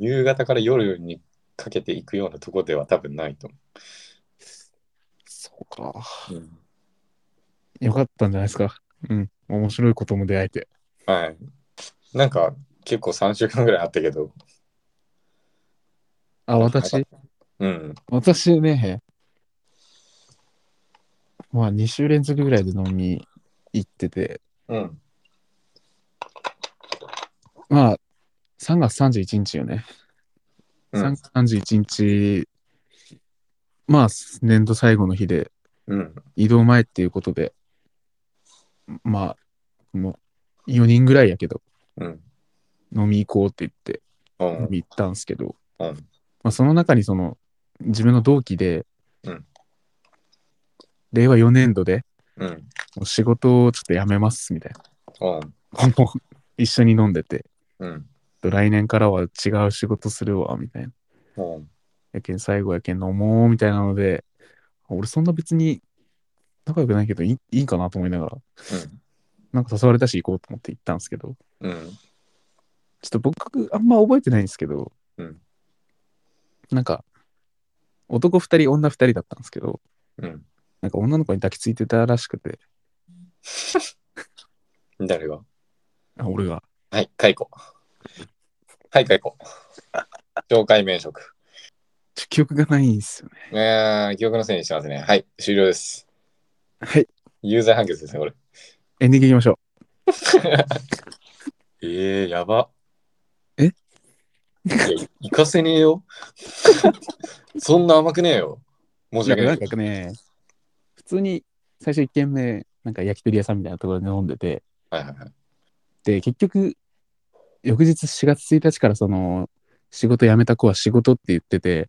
A: 夕方から夜にかけて行くようなとこでは多分ないと思
B: そうか。
A: う。
B: よかったんじゃないですか。うん。面白いことも出会えて。
A: はい。なんか結構3週間ぐらいあったけど、
B: あ、私、
A: うん。
B: 私ね、まあ2週連続ぐらいで飲み行ってて、
A: うん。
B: まあ3月31日よね。
A: うん
B: 3月31日、まあ年度最後の日で、
A: うん。
B: 移動前っていうことで、まあ、もう4人ぐらいやけど、
A: うん。
B: 飲み行こうって言って、
A: う
B: 飲
A: ん。
B: み行ったんですけど、
A: うん。
B: まあ、その中にその、自分の同期で、
A: うん
B: 令和4年度で、
A: うん。
B: もう仕事をちょっと辞めます、みたいな。
A: うん。
B: もう一緒に飲んでて、
A: うん。
B: 来年からは違う仕事するわ、みたいな。
A: うん。
B: やけん最後やけん飲もう、みたいなので、俺そんな別に仲良くないけどいいいいかなと思いながら、なんか誘われたし行こうと思って行ったんですけど、
A: うん。
B: ちょっと僕、あんま覚えてないんですけど、
A: うん
B: なんか、男2人、女2人だったんですけど、
A: うん。
B: なんか女の子に抱きついてたらしくて、
A: 誰が
B: あ俺が、
A: はい、解雇。はい、解 雇。懲戒免職。
B: ちょ記憶がないんですよね。
A: えー、記憶のせいにしてますね。はい、終了です。
B: はい。
A: 有罪判決ですね、これ。
B: エンディングいきましょ
A: ええやば。
B: え
A: いや、行かせねえ よ。そんな甘くねえよ。申
B: う。
A: し
B: なん
A: 訳
B: か
A: な
B: ないん。かね、普通に最初1軒目、なんか焼き鳥屋さんみたいなところで飲んでて、
A: はいはいはい。
B: で、結局、翌日4月1日からその、仕事辞めた子は仕事って言ってて、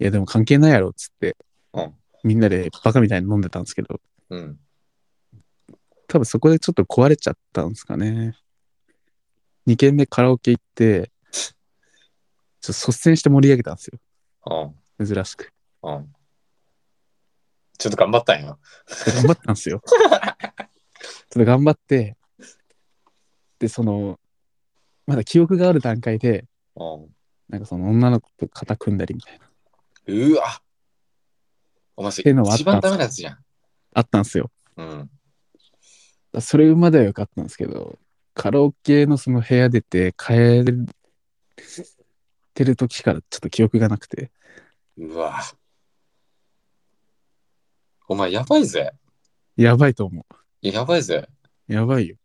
B: いやでも関係ないやろっつって、
A: うん
B: みんなでバカみたいに飲んでたんですけど、
A: うん。うん。
B: 多分そこでちょっと壊れちゃったんですかね。2軒目カラオケ行って、ちょっと率先して盛り上げたんです
A: うん。
B: よ。珍しく。
A: うん。ちょっと頑張ったんや。
B: 頑張ったんですよ。ちょっと頑張って、で、その、まだ記憶がある段階で、
A: うん。
B: なんかその女の子と肩組んだりみたいな、
A: うわ。お前そ
B: て
A: れ
B: いうのはあっ
A: 一
B: たん
A: 番
B: すか
A: ダメなやつじゃん。
B: あったんですよ。
A: うん。
B: それまでは良かったんですけど、カラオケのその部屋出て帰ってる時からちょっと記憶がなくて、
A: うわ。お前やばいぜ。
B: やばいと思
A: いややばいぜ。
B: う。やばいよ。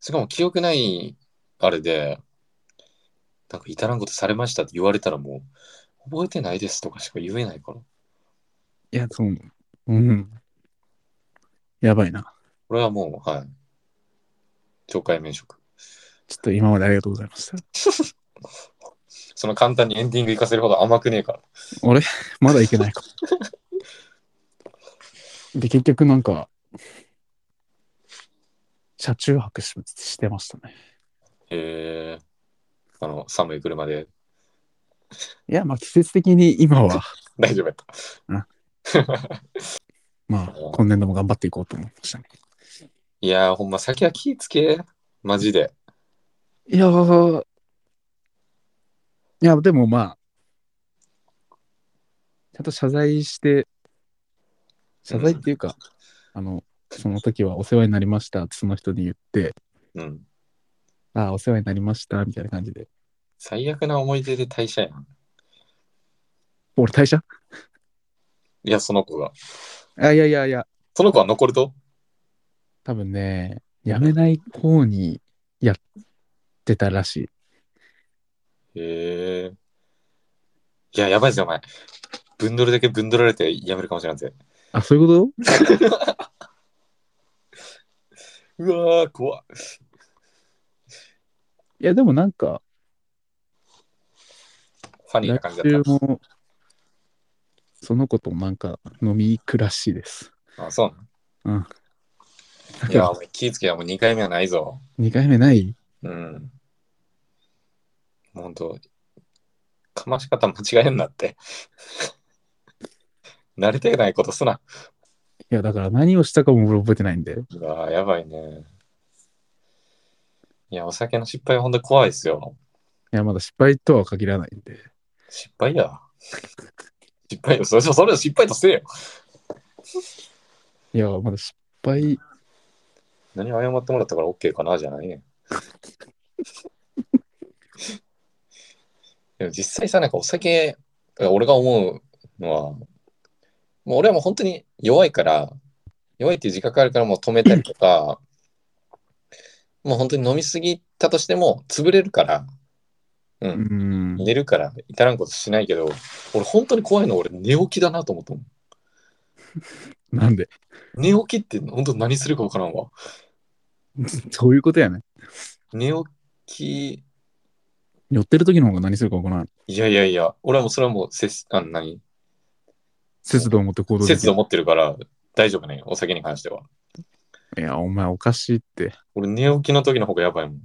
A: しかも記憶ないあれで、なんか至らんことされましたって言われたらもう、覚えてないですとかしか言えないから。
B: いや、そう、うん。やばいな。
A: これはもう、はい。懲戒免職。
B: ちょっと今までありがとうございました。
A: その簡単にエンディング行かせるほど甘くねえから。
B: 俺、まだいけない か。で、結局なんか、車中泊ししてましたね。
A: へえ。あの、寒い車で
B: いや、まあ季節的に今は、
A: 大丈夫やった。
B: まあ今年度も頑張っていこうと思いましたね。
A: いやー、ほんま先は気ぃつけ。マジで。
B: いやー、いや、でもまあ、ちゃんと謝罪して、謝罪っていうか、あの、その時はお世話になりましたってその人に言って、
A: うん。
B: ああ、お世話になりましたみたいな感じで、
A: 最悪な思い出で退社やん。
B: 俺退社
A: いや、その子が。
B: あいやいやいや、
A: その子は残ると
B: 多分ね、辞めない方にやってたらしい。
A: へえ。いや、やばいぜ、お前。ぶんどるだけぶんどられてやめるかもしれんぜ。
B: あ、そういうこと
A: うわー、怖っ
B: いや、でもなんか、
A: ファニー
B: 来
A: な感じだ
B: 週
A: っ
B: も、その子となんか飲み行くらしいです。
A: た。あ、そうなの
B: うん
A: いや、お前気ぃつけや、もう2回目はないぞ。
B: 2回目ない
A: うん。もうほんと、かまし方間違えんなって。 慣れてないことすな。
B: いや、だから何をしたかも俺覚えてないんで。
A: うわー、やばいね。いや、お酒の失敗はほんと怖いですよ。
B: いや、まだ失敗とは限らないんで。
A: 失敗や。 失敗よ。それじゃ、それを失敗とせえよ。
B: いや、まだ失敗。
A: 何謝ってもらったから OK かなじゃない ねん。でも実際さ、なんかお酒、俺が思うのは、もう俺はもう本当に弱いから、弱いっていう自覚あるからもう止めたりとか、もう本当に飲みすぎたとしても潰れるから、う、
B: うんん。
A: 寝るから至らんことしないけど、俺本当に怖いのは俺寝起きだなと思ったもん。
B: なんで。
A: 寝起きって本当何するか分からんわ。
B: そういうことやね。
A: 寝起き
B: 寄ってる時の方が何するか分からない。
A: いやいやいや、俺はもうそれはもうせあの何、
B: 節度を持って行動でき
A: 節
B: る
A: 度持ってるから大丈夫ね、お酒に関しては。
B: いや、お前おかしいって。
A: 俺寝起きの時の方がやばいもん。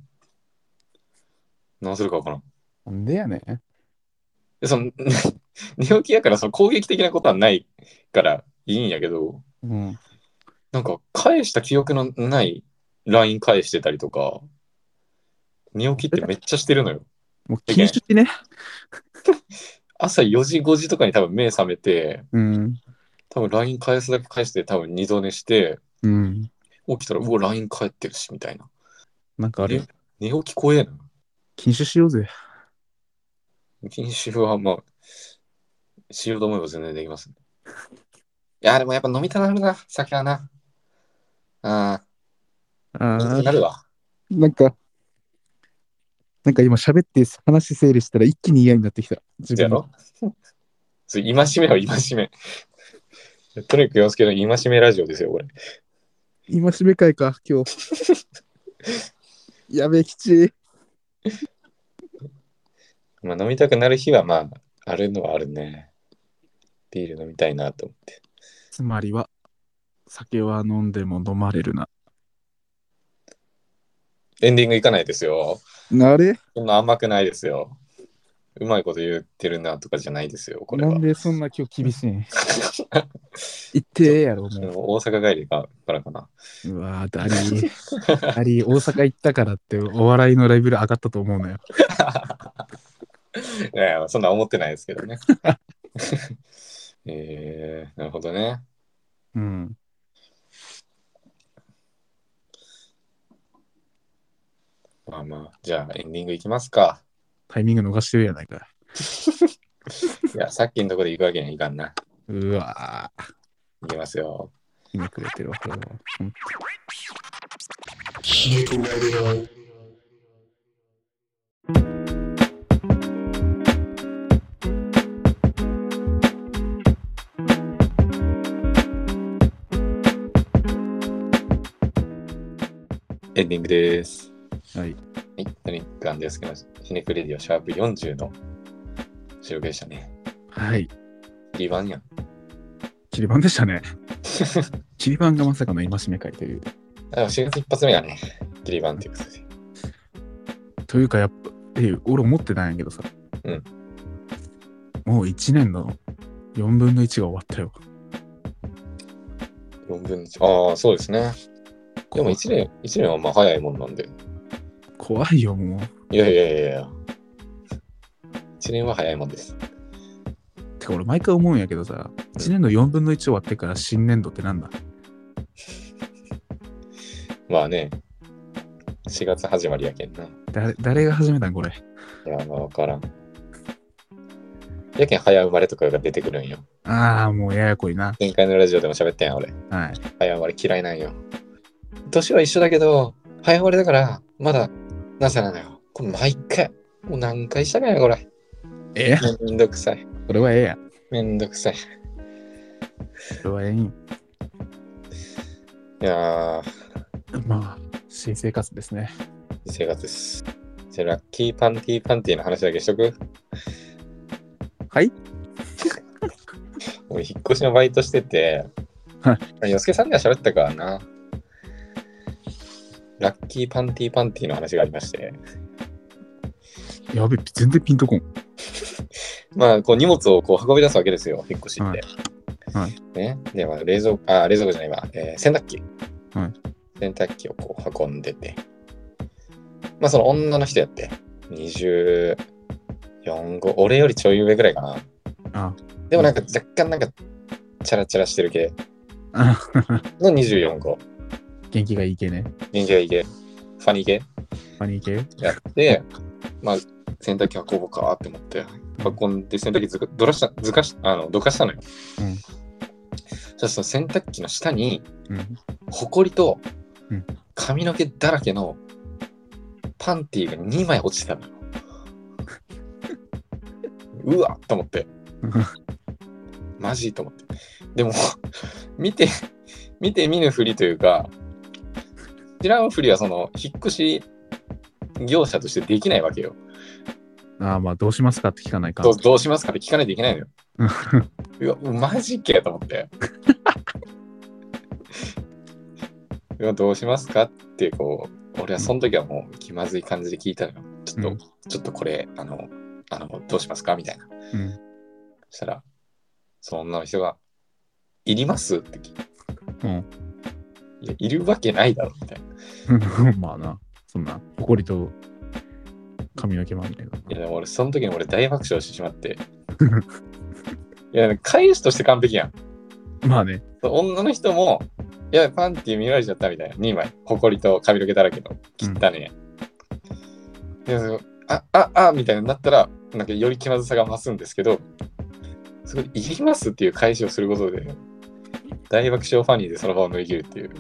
A: 何するかわからん。
B: なんでやねん。
A: でその 寝起きやからその攻撃的なことはないからいいんやけど、
B: うん。
A: なんか返した記憶のない LINE 返してたりとか、寝起きってめっちゃしてるのよ。
B: もう禁酒しね。
A: 朝4時5時とかに多分目覚めて、
B: うん。
A: 多分 LINE 返すだけ返して多分二度寝して、
B: うん。
A: 起きたらうわ、LINE 返ってるしみたいな。
B: なんかあれ
A: え、寝起き怖えな。
B: 禁酒しようぜ。
A: 禁酒はまあ、 しようと思えば全然できます、ね。いや、でもやっぱ飲みたなるな、酒はな。あ
B: あ
A: あ、
B: ー
A: なるわ。
B: なんか、なんか今喋って話整理したら一気に嫌になってきた。自
A: や
B: 分の
A: ろそう戒めよ、戒め。とにかく洋介の戒めラジオですよ、これ。
B: 今締め会か、今日。やべえ、吉。
A: まあ、飲みたくなる日は、まあ、あるのはあるね。ビール飲みたいなと思って。
B: つまりは、酒は飲んでも飲まれるな。
A: エンディングいかないですよ。
B: あれ
A: そんな甘くないですよ。うまいこと言ってるなとかじゃないですよ、これ
B: な
A: は
B: ん。でそんな今日厳し いん言ってええやろ、
A: そ
B: も
A: の大阪帰りがからかな。
B: う。うわぁ、ダリ ー。ダリー、大阪行ったからってお笑いのレベル上がったと思うのよ。
A: いやいや、そんな思ってないですけどね。 えー、なるほどね。
B: うん。
A: まあまあ、じゃあエンディングいきますか。
B: タイミング逃してるやないか。
A: いや、さっきのとこで行くわけにはいかんな。
B: うわぁ、
A: いきますよ。
B: ひねくれてるわ、これは。うん
C: ひねくれるよ。
A: エンディングです。
B: はい。
A: はい、トニックアンですけど、ひねくレディオシャープ40の収録でしたね。
B: はい。
A: リバンやん。
B: 切り番でした ね。切り番がまさかの今締め会という。
A: あ4月一発目がね、ギリバンっていうことで。
B: というか、やっぱ、え、俺思ってないんやけどさ。
A: うん。
B: もう1年の4分の1が終わったよ。
A: 4分の1。ああ、そうですね。でも1年、一年はまあ早いもんなんで。
B: 怖いよ、もう。
A: いやいやいやいや。1年は早いもんです。
B: てか俺毎回思うんやけどさ1年の4分の1終わってから新年度ってなんだ
A: まあね、4月始まりやけんな。
B: 誰誰が始めたんこれ
A: いや、まあわからん。やけん早生まれとかが出てくるんよ。
B: ああもうややこいな
A: 前回のラジオでも喋ったやん、俺。
B: はい
A: 早生まれ嫌いなんよ。年は一緒だけど、早生まれだから、まだ、なさなのよ。これ毎回、もう何回したかや、これ。
B: ええ
A: めんどくさい。
B: それはええやん
A: めんどくさい。
B: それはええんよ
A: いやー、
B: まあ新生活ですね
A: いい生活です。じゃあ、ラッキーパンティーパンティーの話だけしとく
B: はい
A: 俺、引っ越しのバイトしてて、。
B: はい
A: 洋介さんには喋ったからな。ラッキーパンティーパンティーの話がありまして、
B: やべ全然ピンとこん
A: まあ、こう荷物をこう運び出すわけですよ、引っ越しって。
B: はいはい
A: ね。で、まあ、冷蔵庫、あ、冷蔵庫じゃないわ、えー洗濯機。
B: はい
A: 洗濯機をこう運んでて。まあ、その女の人やって、24、5、俺よりちょい上ぐらいかな。
B: あ
A: でもなんか若干なんか、チャラチャラしてる系
B: あ
A: の24号。
B: 元気がいい系ね
A: 人気がいい系、ファニー系
B: マニー系
A: やって、まあ、洗濯機運ぼうかって思って、運んで洗濯機ずかどらした、ずかし、あの、どかしたのよ。
B: うん
A: そしたらその洗濯機の下に、
B: うん
A: ほこりと
B: うん
A: 髪の毛だらけのパンティーが2枚落ちてた のよ。うわっと思って。マジと思って。でも、見て、見て見ぬふりというか、知らんふりはその、引っ越し業者としてできないわけよ。
B: ああまあどうしますかって聞かないか
A: どうどうしますかって聞かないといけないのよ。
B: うん
A: う わ、マジけと思って。 うわ、どうしますかって、こう、俺はその時はもう気まずい感じで聞いたのよ。ちょっと、
B: うん
A: ちょっとこれ、あの、あの、どうしますかみたいな。
B: うん
A: そしたら、その女の人が、いりますって聞いて。
B: うん
A: いや、いるわけないだろ、みたいな。
B: まあなそん な誇りと髪の毛まみれ
A: いや、でも俺、その時に俺大爆笑してしま って。いや、返しとして完璧やん。
B: なまあね
A: 女の人も、いや、パンティ見られちゃったみたいな。2枚。ほこりと髪の毛だらけの。汚ねえ。でそのあ、あ、あ、みたいになったら、なんかより気まずさが増すんですけど、そこで、い りますっていう返しをすることで、大爆笑ファニーでその場を乗り切るっていう。
B: う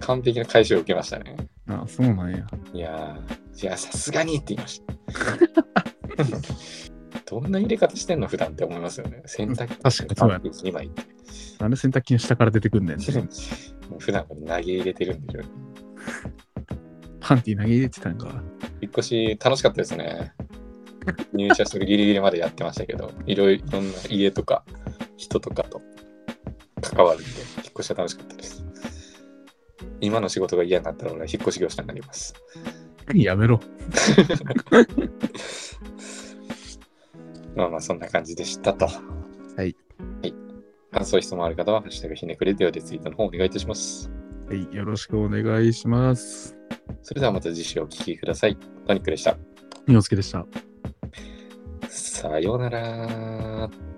A: 完璧な解消を受けましたね。
B: あ、そうなんや。
A: いやー、いや、さすがにって言いま した。どんな入れ方してんの普段って思いますよね。洗濯機
B: 確かにそうや
A: 2枚って。
B: なんで洗濯機の下から出 てくんねん。
A: 普段から投げ入れてるんでしょうね。
B: パンティ投げ入れてたんか。
A: 引っ越し楽しかったですね。入社するギリギリまでやってましたけど、いろいろんな家とか人とかと関わるんで、引っ越しは楽しかったです。今の仕事が嫌になったら俺は引っ越し業者になります。
B: やめろ。
A: まあまあそんな感じでしたと。
B: はい。
A: はい。感想質問ある方は、ハッシュタグひねくれデオでツイートの方お願いいたします。
B: はい、よろしくお願いします。
A: それではまた次週お聞きください。パニックでした。
B: みおつけでした。
A: さようなら。